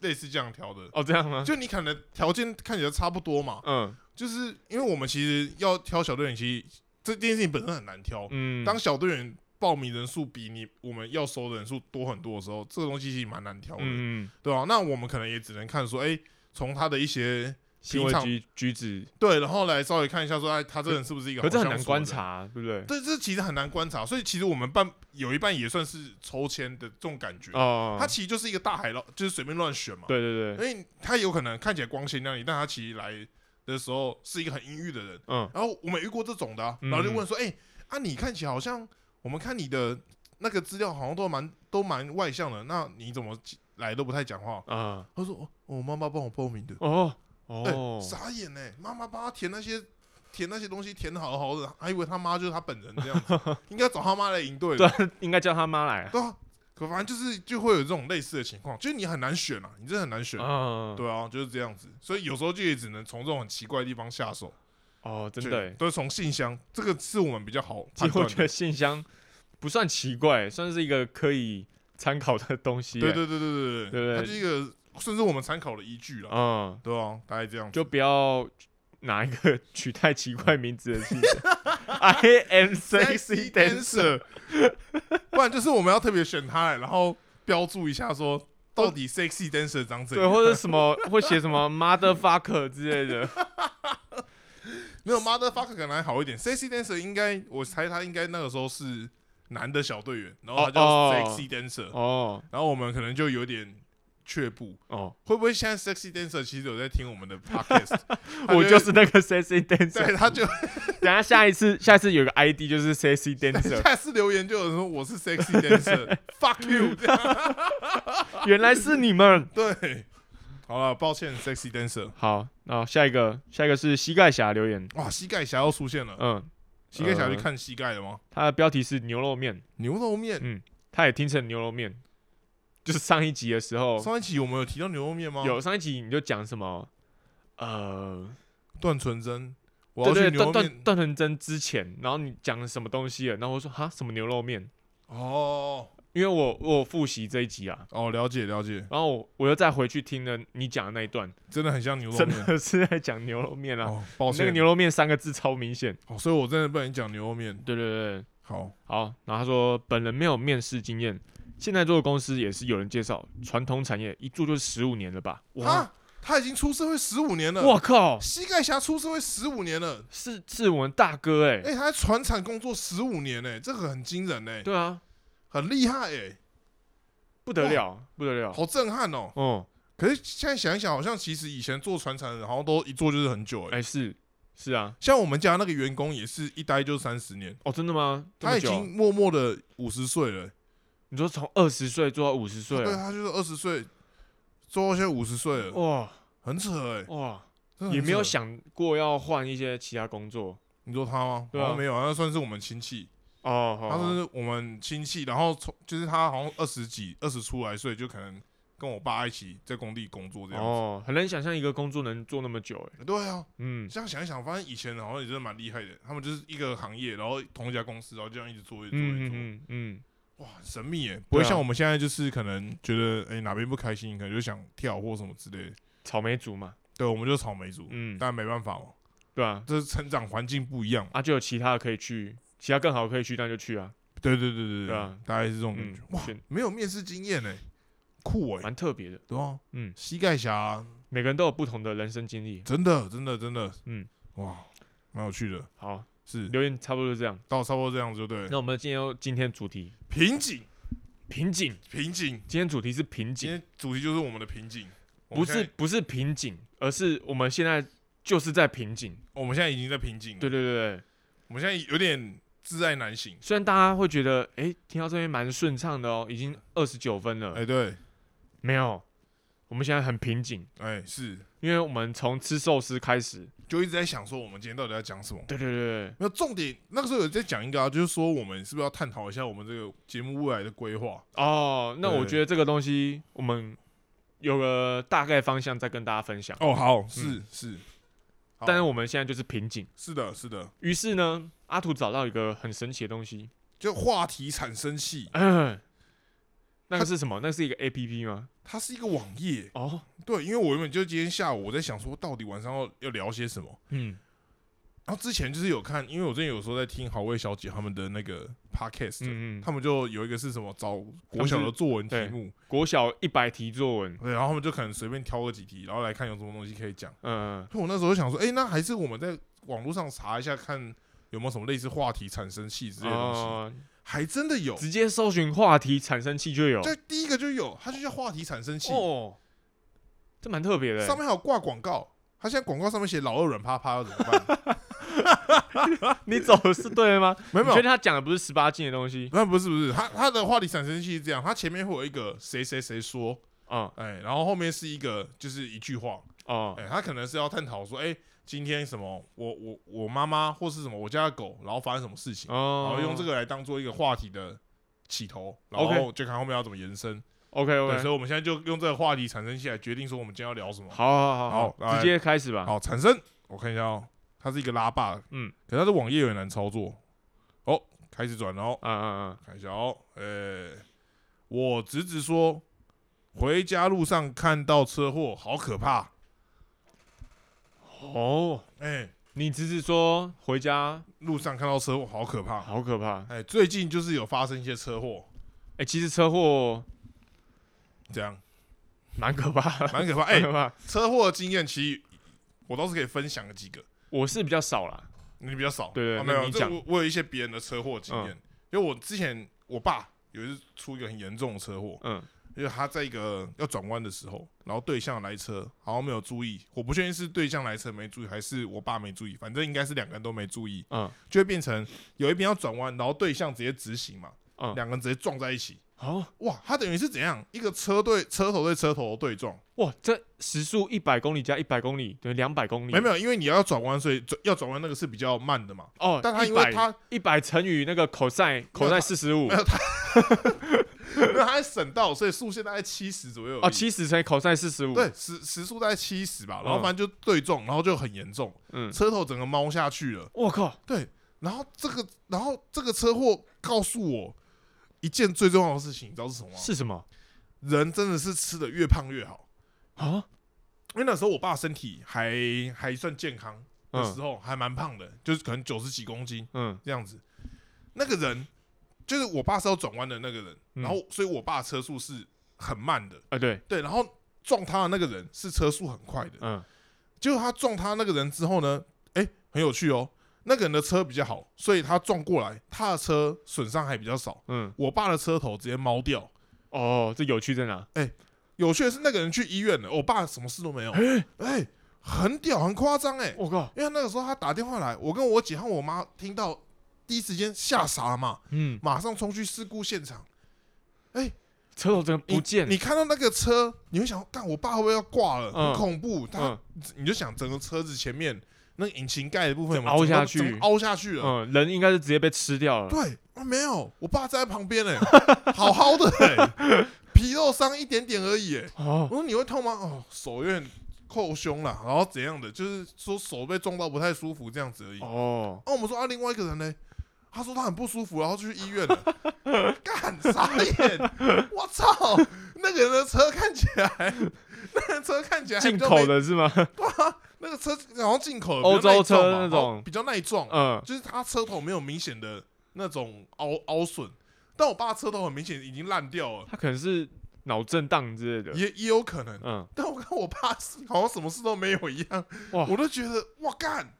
[SPEAKER 1] 类似这样调的。
[SPEAKER 2] 哦，这样吗？
[SPEAKER 1] 就你可能条件看起来差不多嘛，
[SPEAKER 2] 嗯
[SPEAKER 1] 就是因为我们其实要挑小队员，其实这件事情本身很难挑。
[SPEAKER 2] 嗯，
[SPEAKER 1] 当小队员报名人数比你我们要收的人数多很多的时候，这个东西其实蛮难挑的，
[SPEAKER 2] 嗯嗯
[SPEAKER 1] 对吧、啊那我们可能也只能看说，哎、从他的一些
[SPEAKER 2] 行
[SPEAKER 1] 平
[SPEAKER 2] 为
[SPEAKER 1] 常
[SPEAKER 2] 举举止，
[SPEAKER 1] 对，然后来稍微看一下说，哎，他这人是不是一个
[SPEAKER 2] 可
[SPEAKER 1] 好
[SPEAKER 2] 是
[SPEAKER 1] 相处的人？
[SPEAKER 2] 很难观察、对不对？
[SPEAKER 1] 对，这其实很难观察，所以其实我们半有一半也算是抽签的这种感觉。
[SPEAKER 2] 哦，
[SPEAKER 1] 他其实就是一个大海捞，就是随便乱选嘛。，
[SPEAKER 2] 对对对，
[SPEAKER 1] 因为他有可能看起来光鲜亮丽，但他其实来的时候是一个很阴郁的人。
[SPEAKER 2] 嗯
[SPEAKER 1] 然后我们遇过这种的啊、然后就问说：“哎、啊，你看起来好像我们看你的那个资料好像都蛮都蛮外向的，那你怎么来都不太讲话
[SPEAKER 2] 啊？”
[SPEAKER 1] 他说：“哦，我妈妈帮我报名的。
[SPEAKER 2] 哦
[SPEAKER 1] 哎
[SPEAKER 2] 哦，
[SPEAKER 1] 傻眼呢、妈妈帮他填那些填那些东西填的好好的，还以为他妈就是他本人这样
[SPEAKER 2] [laughs]
[SPEAKER 1] 子，应该找他妈来应对
[SPEAKER 2] 对
[SPEAKER 1] 的，
[SPEAKER 2] 啊，应该叫他妈来啊。
[SPEAKER 1] 对啊。可反正就是就会有这种类似的情况，就是你很难选啊，你真的很难选，
[SPEAKER 2] 嗯，
[SPEAKER 1] 对啊，就是这样子。所以有时候就也只能从这种很奇怪的地方下手，
[SPEAKER 2] 哦，真
[SPEAKER 1] 就
[SPEAKER 2] 的欸，
[SPEAKER 1] 都是从信箱，这个是我们比较好
[SPEAKER 2] 其
[SPEAKER 1] 判
[SPEAKER 2] 实我
[SPEAKER 1] 断
[SPEAKER 2] 觉
[SPEAKER 1] 的。
[SPEAKER 2] 得信箱不算奇怪，算是一个可以参考的东西欸。
[SPEAKER 1] 对对对对对
[SPEAKER 2] 对对
[SPEAKER 1] 它是一个甚至我们参考的依据了，
[SPEAKER 2] 嗯，
[SPEAKER 1] 对啊，大概这样子。
[SPEAKER 2] 就不要拿一个取代奇怪名字的信箱。I
[SPEAKER 1] [laughs]
[SPEAKER 2] am sexy dancer，
[SPEAKER 1] [laughs] 不然就是我们要特别选他，欸然后标注一下说到底 sexy dancer 长怎
[SPEAKER 2] 对，
[SPEAKER 1] 样。
[SPEAKER 2] 或者什么会写什么 mother fucker 之类
[SPEAKER 1] [laughs]
[SPEAKER 2] 的。
[SPEAKER 1] 没有 motherfucker 可能还好一点，sexy dancer 应该我猜他应该那个时候是男的小队员，然后他叫
[SPEAKER 2] 哦哦
[SPEAKER 1] sexy dancer，、
[SPEAKER 2] 哦
[SPEAKER 1] 然后我们可能就有点却步。
[SPEAKER 2] 哦，
[SPEAKER 1] 会不会现在 sexy dancer 其实有在听我们的
[SPEAKER 2] [laughs]
[SPEAKER 1] podcast？他
[SPEAKER 2] 我
[SPEAKER 1] 会
[SPEAKER 2] 就是那个 sexy dancer。
[SPEAKER 1] 对，他就
[SPEAKER 2] 等一下下一次，下一次有个 ID 就是
[SPEAKER 1] [laughs]
[SPEAKER 2] sexy dancer，
[SPEAKER 1] 下次留言就有人说我是 sexy
[SPEAKER 2] [laughs]
[SPEAKER 1] dancer，fuck you [laughs] 这样。
[SPEAKER 2] 原来是你们。
[SPEAKER 1] 对，好了，抱歉 sexy dancer。
[SPEAKER 2] 好，那下一个，下一个是膝盖侠留言。
[SPEAKER 1] 哇，膝盖侠要出现了，
[SPEAKER 2] 嗯，
[SPEAKER 1] 膝盖侠
[SPEAKER 2] 呃
[SPEAKER 1] 去看膝盖了吗？
[SPEAKER 2] 他的标题是牛肉面，
[SPEAKER 1] 牛肉面，
[SPEAKER 2] 他也听成牛肉面，就是上一集的时候
[SPEAKER 1] 上一啊集我们有提到牛肉面吗？
[SPEAKER 2] 哦有上一集你就讲什么，呃，
[SPEAKER 1] 段纯真，我
[SPEAKER 2] 对
[SPEAKER 1] 要去
[SPEAKER 2] 对，
[SPEAKER 1] 牛肉
[SPEAKER 2] 段段
[SPEAKER 1] 面
[SPEAKER 2] 段成真之前，然后你讲了什么东西了？然后我说哈什么牛肉面，
[SPEAKER 1] 哦
[SPEAKER 2] 因为我我有复习这一集啊，
[SPEAKER 1] 哦，了解了解，
[SPEAKER 2] 然后我我又再回去听了你讲的那一段，
[SPEAKER 1] 真的很像牛肉
[SPEAKER 2] 真
[SPEAKER 1] 面。
[SPEAKER 2] 的是在讲牛肉面啊，
[SPEAKER 1] 哦，抱
[SPEAKER 2] 那个
[SPEAKER 1] 歉，
[SPEAKER 2] 牛肉面三个字超明显。
[SPEAKER 1] 哦，所以我真的不能讲牛肉面。
[SPEAKER 2] 对对对，
[SPEAKER 1] 好，
[SPEAKER 2] 好，然后他说本人没有面试经验，现在做的公司也是有人介绍，传统产业一做就是十五年了吧？哇
[SPEAKER 1] 他啊他已经出社会十五年了，
[SPEAKER 2] 我靠，
[SPEAKER 1] 膝盖侠出社会十五年了，
[SPEAKER 2] 是是我们大哥哎、
[SPEAKER 1] 哎，他在船厂工作十五年呢，这个很惊人呢，
[SPEAKER 2] 对啊，
[SPEAKER 1] 很厉害哎，
[SPEAKER 2] 不得了不得了，
[SPEAKER 1] 好震撼哦。
[SPEAKER 2] 哦、
[SPEAKER 1] 可是现在想一想，好像其实以前做船厂的人，好像都一做就是很久
[SPEAKER 2] 哎、
[SPEAKER 1] 哎。
[SPEAKER 2] 是是啊，
[SPEAKER 1] 像我们家那个员工也是一待就三十年，
[SPEAKER 2] 哦真的吗？这么
[SPEAKER 1] 他已
[SPEAKER 2] 久
[SPEAKER 1] 经默默的五十岁了。欸
[SPEAKER 2] 你说从二十岁做到五十岁
[SPEAKER 1] 对，
[SPEAKER 2] 啊，
[SPEAKER 1] 他就是二十岁，做到现在五十岁了，
[SPEAKER 2] 哇
[SPEAKER 1] 很扯哎。
[SPEAKER 2] 哇，
[SPEAKER 1] 真的很
[SPEAKER 2] 也没有
[SPEAKER 1] 扯
[SPEAKER 2] 想过要换一些其他工作
[SPEAKER 1] 你说他吗？
[SPEAKER 2] 对啊
[SPEAKER 1] 好像没有，他算是我们亲戚，
[SPEAKER 2] 哦。好
[SPEAKER 1] 他是我们亲戚，然后从就是他好像二十几、二十出来岁，就可能跟我爸一起在工地工作这样子。
[SPEAKER 2] 哦，很难想象一个工作能做那么久哎。
[SPEAKER 1] 对啊，
[SPEAKER 2] 嗯
[SPEAKER 1] 这样想一想，发现以前好像也真的蛮厉害的。他们就是一个行业，然后同一家公司，然后这样一直做、一直做、一直
[SPEAKER 2] 嗯啊
[SPEAKER 1] 做，
[SPEAKER 2] 嗯嗯
[SPEAKER 1] 哇，很神秘耶！不会像我们现在就是可能觉得哎、哪边不开心，可能就想跳或什么之类的。
[SPEAKER 2] 嗯，草莓族嘛，
[SPEAKER 1] 对，我们就是草莓族，
[SPEAKER 2] 嗯，
[SPEAKER 1] 但没办法哦，
[SPEAKER 2] 对啊，
[SPEAKER 1] 这是成长环境不一样嘛。
[SPEAKER 2] 啊就有其他的可以去，其他更好的可以去，那就去啊，
[SPEAKER 1] 对对对对
[SPEAKER 2] 对啊
[SPEAKER 1] 大概是这种感
[SPEAKER 2] 嗯
[SPEAKER 1] 觉。，哇，
[SPEAKER 2] 选
[SPEAKER 1] 没有面试经验哎，酷哎，
[SPEAKER 2] 蛮特别的，
[SPEAKER 1] 对啊，
[SPEAKER 2] 嗯，
[SPEAKER 1] 膝盖侠、
[SPEAKER 2] 每个人都有不同的人生经历。
[SPEAKER 1] 真的真的真的，
[SPEAKER 2] 嗯，
[SPEAKER 1] 哇，蛮有趣的，
[SPEAKER 2] 好，
[SPEAKER 1] 是
[SPEAKER 2] 留言差不多就这样。
[SPEAKER 1] 到差不多这样子就对了。
[SPEAKER 2] 那我们今天今天主题
[SPEAKER 1] 瓶颈，
[SPEAKER 2] 瓶颈，
[SPEAKER 1] 瓶颈，
[SPEAKER 2] 今天主题是瓶
[SPEAKER 1] 今
[SPEAKER 2] 颈，
[SPEAKER 1] 天主题就是我们的瓶颈，我
[SPEAKER 2] 不
[SPEAKER 1] 们现
[SPEAKER 2] 是
[SPEAKER 1] 在
[SPEAKER 2] 不是瓶颈，而是我们现在就是在瓶颈。
[SPEAKER 1] 我们现在已经在瓶颈了，
[SPEAKER 2] 对对对对，
[SPEAKER 1] 我们现在有点自爱难行。
[SPEAKER 2] 虽然大家会觉得，哎、听到这边蛮顺畅的哦，已经二十九分了，
[SPEAKER 1] 哎、对，
[SPEAKER 2] 没有，我们现在很瓶颈，
[SPEAKER 1] 哎、是，
[SPEAKER 2] 因为我们从吃寿司开始，
[SPEAKER 1] 就一直在想说我们今天到底要讲什么。
[SPEAKER 2] 对对对对，
[SPEAKER 1] 没有重点，那个时候有在讲一个啊，就是说我们是不是要探讨一下我们这个节目未来的规划？
[SPEAKER 2] 哦，那我
[SPEAKER 1] 对
[SPEAKER 2] 觉得这个东西我们有个大概方向再跟大家分享，
[SPEAKER 1] 哦，好，是是，好
[SPEAKER 2] 嗯但是我们现在就是瓶颈。
[SPEAKER 1] 是的，是的，
[SPEAKER 2] 于是呢，阿土找到一个很神奇的东西， [clears throat]
[SPEAKER 1] 就话题产生器，
[SPEAKER 2] 嗯，那
[SPEAKER 1] 它
[SPEAKER 2] 个是什么？那是一个 A P P 吗？
[SPEAKER 1] 它是一个网页。
[SPEAKER 2] 哦，
[SPEAKER 1] 对，因为我原本就今天下午我在想说，到底晚上要要聊些什么。
[SPEAKER 2] 嗯，
[SPEAKER 1] 然后之前就是有看，因为我最近有时候在听好味小姐他们的那个 podcast，、
[SPEAKER 2] 嗯嗯，
[SPEAKER 1] 他们就有一个是什么找国小的作文题目，
[SPEAKER 2] 国小一百题作文，
[SPEAKER 1] 对，然后他们就可能随便挑个几题，然后来看有什么东西可以讲。
[SPEAKER 2] 嗯、
[SPEAKER 1] 所以我那时候就想说，哎、那还是我们在网络上查一下，看有没有什么类似话题产生器之类的东西，
[SPEAKER 2] 哦，
[SPEAKER 1] 还真的有。
[SPEAKER 2] 直接搜寻话题产生器就有
[SPEAKER 1] 这第一个就有，它就叫话题产生器，
[SPEAKER 2] 哦，这蛮特别的
[SPEAKER 1] 上
[SPEAKER 2] 欸，
[SPEAKER 1] 面还有挂广告。它现在广告上面写老二软趴趴要怎么
[SPEAKER 2] [laughs]
[SPEAKER 1] 办？
[SPEAKER 2] 你走的是对的吗？
[SPEAKER 1] [laughs] 没有
[SPEAKER 2] 你
[SPEAKER 1] 没
[SPEAKER 2] 觉得
[SPEAKER 1] 有，
[SPEAKER 2] 他讲的不是十八禁的东西？
[SPEAKER 1] 那不是不是，它它的话题产生器是这样，它前面会有一个谁谁谁说，
[SPEAKER 2] 嗯
[SPEAKER 1] 哎、然后后面是一个就是一句话，
[SPEAKER 2] 哦
[SPEAKER 1] 哎、他可能是要探讨说，哎、今天什么，我我我妈妈或是什么我家的狗，然后发生什么事情，然
[SPEAKER 2] 哦
[SPEAKER 1] 后用这个来当做一个话题的起头，然
[SPEAKER 2] OK
[SPEAKER 1] 后就看后面要怎么延伸。
[SPEAKER 2] OK
[SPEAKER 1] 对，所
[SPEAKER 2] OK，
[SPEAKER 1] 以我们现在就用这个话题产生起来，决定说我们今天要聊什么。
[SPEAKER 2] 好好好
[SPEAKER 1] 好
[SPEAKER 2] 好，直接开始吧。
[SPEAKER 1] 好，产生，我看一下哦，它是一个拉霸的，
[SPEAKER 2] 嗯
[SPEAKER 1] 可是它的网页有点难操作。哦，开始转了哦，
[SPEAKER 2] 嗯嗯
[SPEAKER 1] 看一下哦，呃、我侄子说，回家路上看到车祸，好可怕。
[SPEAKER 2] 嗯，哦，
[SPEAKER 1] 哎、
[SPEAKER 2] 你只是说回家
[SPEAKER 1] 路上看到车祸，好可怕。
[SPEAKER 2] 好可怕。
[SPEAKER 1] 哎、最近就是有发生一些车祸，
[SPEAKER 2] 哎，其实车祸
[SPEAKER 1] 这样
[SPEAKER 2] 蛮可怕的，
[SPEAKER 1] 蛮可
[SPEAKER 2] [laughs]
[SPEAKER 1] 怕。哎、
[SPEAKER 2] 蛮可怕。
[SPEAKER 1] 车祸的经验其实我倒是可以分享几个，
[SPEAKER 2] 我是比较少啦，
[SPEAKER 1] 你比较少。
[SPEAKER 2] 对对
[SPEAKER 1] 啊、
[SPEAKER 2] 那
[SPEAKER 1] 没有，
[SPEAKER 2] 你
[SPEAKER 1] 这
[SPEAKER 2] 讲嗯
[SPEAKER 1] 我我有一些别人的车祸经验，因为我之前我爸有一次出一个很严重的车祸，
[SPEAKER 2] 嗯
[SPEAKER 1] 因为他在一个要转弯的时候，然后对向来车好像没有注意，我不确定是对向来车没注意还是我爸没注意，反正应该是两个人都没注意，
[SPEAKER 2] 嗯
[SPEAKER 1] 就会变成有一边要转弯，然后对向直接直行嘛，
[SPEAKER 2] 嗯，
[SPEAKER 1] 两个人直接撞在一起。
[SPEAKER 2] 好
[SPEAKER 1] 哇，他等于是怎样？一个车对车头对车头对撞，
[SPEAKER 2] 哇，这时速一百公里加一百公里等于两百公里，
[SPEAKER 1] 没有没有，因为你要转弯，所以转要转弯那个是比较慢的嘛。
[SPEAKER 2] 哦，
[SPEAKER 1] 但他因为
[SPEAKER 2] 100
[SPEAKER 1] 他
[SPEAKER 2] 一百乘以那个口塞
[SPEAKER 1] 没
[SPEAKER 2] 口
[SPEAKER 1] 有
[SPEAKER 2] 塞四十五
[SPEAKER 1] 没有因为他在省道，所以速限大概七十左右而已
[SPEAKER 2] 哦，七十乘以口塞四十五，
[SPEAKER 1] 对，时时速大概七十吧，然后
[SPEAKER 2] 嗯
[SPEAKER 1] 反正就对撞，然后就很严重，
[SPEAKER 2] 嗯，
[SPEAKER 1] 车头整个猫下去了。
[SPEAKER 2] 我靠，
[SPEAKER 1] 对，然后这个然后这个车祸告诉我一件最重要的事情，你知道是什么吗？
[SPEAKER 2] 是什么
[SPEAKER 1] 人真的是吃的越胖越好，
[SPEAKER 2] 啊？
[SPEAKER 1] 因为那时候我爸身体还还算健康的
[SPEAKER 2] 嗯
[SPEAKER 1] 时候，还蛮胖的，就是可能九十几公斤。
[SPEAKER 2] 嗯
[SPEAKER 1] 这样子。那个人就是我爸是要转弯的那个人，
[SPEAKER 2] 嗯
[SPEAKER 1] 然后所以我爸车速是很慢的，
[SPEAKER 2] 啊，对，
[SPEAKER 1] 对，然后撞他的那个人是车速很快的。
[SPEAKER 2] 嗯
[SPEAKER 1] 结果他撞他那个人之后呢，哎、很有趣哦，那个人的车比较好，所以他撞过来，他的车损伤还比较少，
[SPEAKER 2] 嗯，
[SPEAKER 1] 我爸的车头直接猫掉。
[SPEAKER 2] 哦，这有趣在哪？
[SPEAKER 1] 有趣的是，那个人去医院了，我爸什么事都没有，哎、很屌，很夸张哎。
[SPEAKER 2] 我靠，
[SPEAKER 1] 因为那个时候他打电话来，我跟我姐和我妈听到第一时间吓傻了嘛，
[SPEAKER 2] 嗯，
[SPEAKER 1] 马上冲去事故现场。
[SPEAKER 2] 车头真的
[SPEAKER 1] 你
[SPEAKER 2] 不见，
[SPEAKER 1] 你看到那个车，你会想，干我爸会不会要挂了？
[SPEAKER 2] 嗯
[SPEAKER 1] 很恐怖。他
[SPEAKER 2] 嗯
[SPEAKER 1] 你就想整个车子前面那个引擎盖的部分有没有
[SPEAKER 2] 凹
[SPEAKER 1] 整个
[SPEAKER 2] 下去
[SPEAKER 1] 整个凹下去了。
[SPEAKER 2] 嗯，人应该是直接被吃掉了，
[SPEAKER 1] 对，啊没有，我爸站在旁边哎，好好的哎，
[SPEAKER 2] [laughs]
[SPEAKER 1] 皮肉伤一点点而已哎。我
[SPEAKER 2] 哦，
[SPEAKER 1] 说你会痛吗？哦，手有点扣胸了，然后怎样的，就是说手被撞到不太舒服这样子而已。
[SPEAKER 2] 哦，
[SPEAKER 1] 哦，我们说啊，另外一个人呢，他说他很不舒服，然后就去医院了。 [laughs] 干傻眼！我操，那个人的车看起来，那个人车看起来还
[SPEAKER 2] 进
[SPEAKER 1] 比较
[SPEAKER 2] 口
[SPEAKER 1] 没，
[SPEAKER 2] 的是吗？ [laughs]
[SPEAKER 1] 那个车好像进口的
[SPEAKER 2] 欧
[SPEAKER 1] 比较耐
[SPEAKER 2] 洲车
[SPEAKER 1] 撞嘛
[SPEAKER 2] 那种
[SPEAKER 1] 哦比较耐撞，
[SPEAKER 2] 嗯，
[SPEAKER 1] 就是他车头没有明显的那种凹凹损，但我爸车头很明显已经烂掉了，
[SPEAKER 2] 他可能是脑震荡之类的，
[SPEAKER 1] 也也有可能。
[SPEAKER 2] 嗯，
[SPEAKER 1] 但我看我爸是好像什么事都没有一样，
[SPEAKER 2] 哇
[SPEAKER 1] 我都觉得哇干，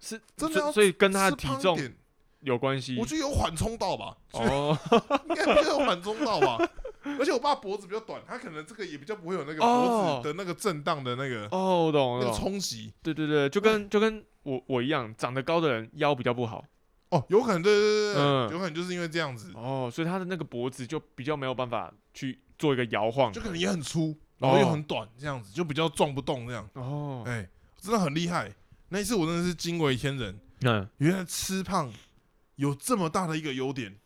[SPEAKER 2] 是
[SPEAKER 1] 真的
[SPEAKER 2] 所
[SPEAKER 1] 要
[SPEAKER 2] 所以跟他
[SPEAKER 1] 吃
[SPEAKER 2] 的体
[SPEAKER 1] 胖一
[SPEAKER 2] 重
[SPEAKER 1] 点
[SPEAKER 2] 有关系
[SPEAKER 1] 我，觉得有缓冲到吧，
[SPEAKER 2] 哦 [laughs]
[SPEAKER 1] [laughs] 应该比较缓冲到吧。而且我爸脖子比较短，他可能这个也比较不会有那个脖
[SPEAKER 2] 哦
[SPEAKER 1] 子的那个震荡的那个、
[SPEAKER 2] 哦，我懂
[SPEAKER 1] 那
[SPEAKER 2] 了
[SPEAKER 1] 个，冲击。
[SPEAKER 2] 对对对，就跟就跟我我一样，长得高的人腰比较不好
[SPEAKER 1] 哦，有可能，对对对对，
[SPEAKER 2] 嗯
[SPEAKER 1] 有可能就是因为这样子，
[SPEAKER 2] 哦，所以他的那个脖子就比较没有办法去做一个摇晃哦
[SPEAKER 1] 就可哦能也很粗，然后又很短，这样子就比较撞不动这样。
[SPEAKER 2] 哦
[SPEAKER 1] 哎、真的很厉害。那一次我真的是惊为天人，
[SPEAKER 2] 嗯，
[SPEAKER 1] 原来吃胖有这么大的一个优点。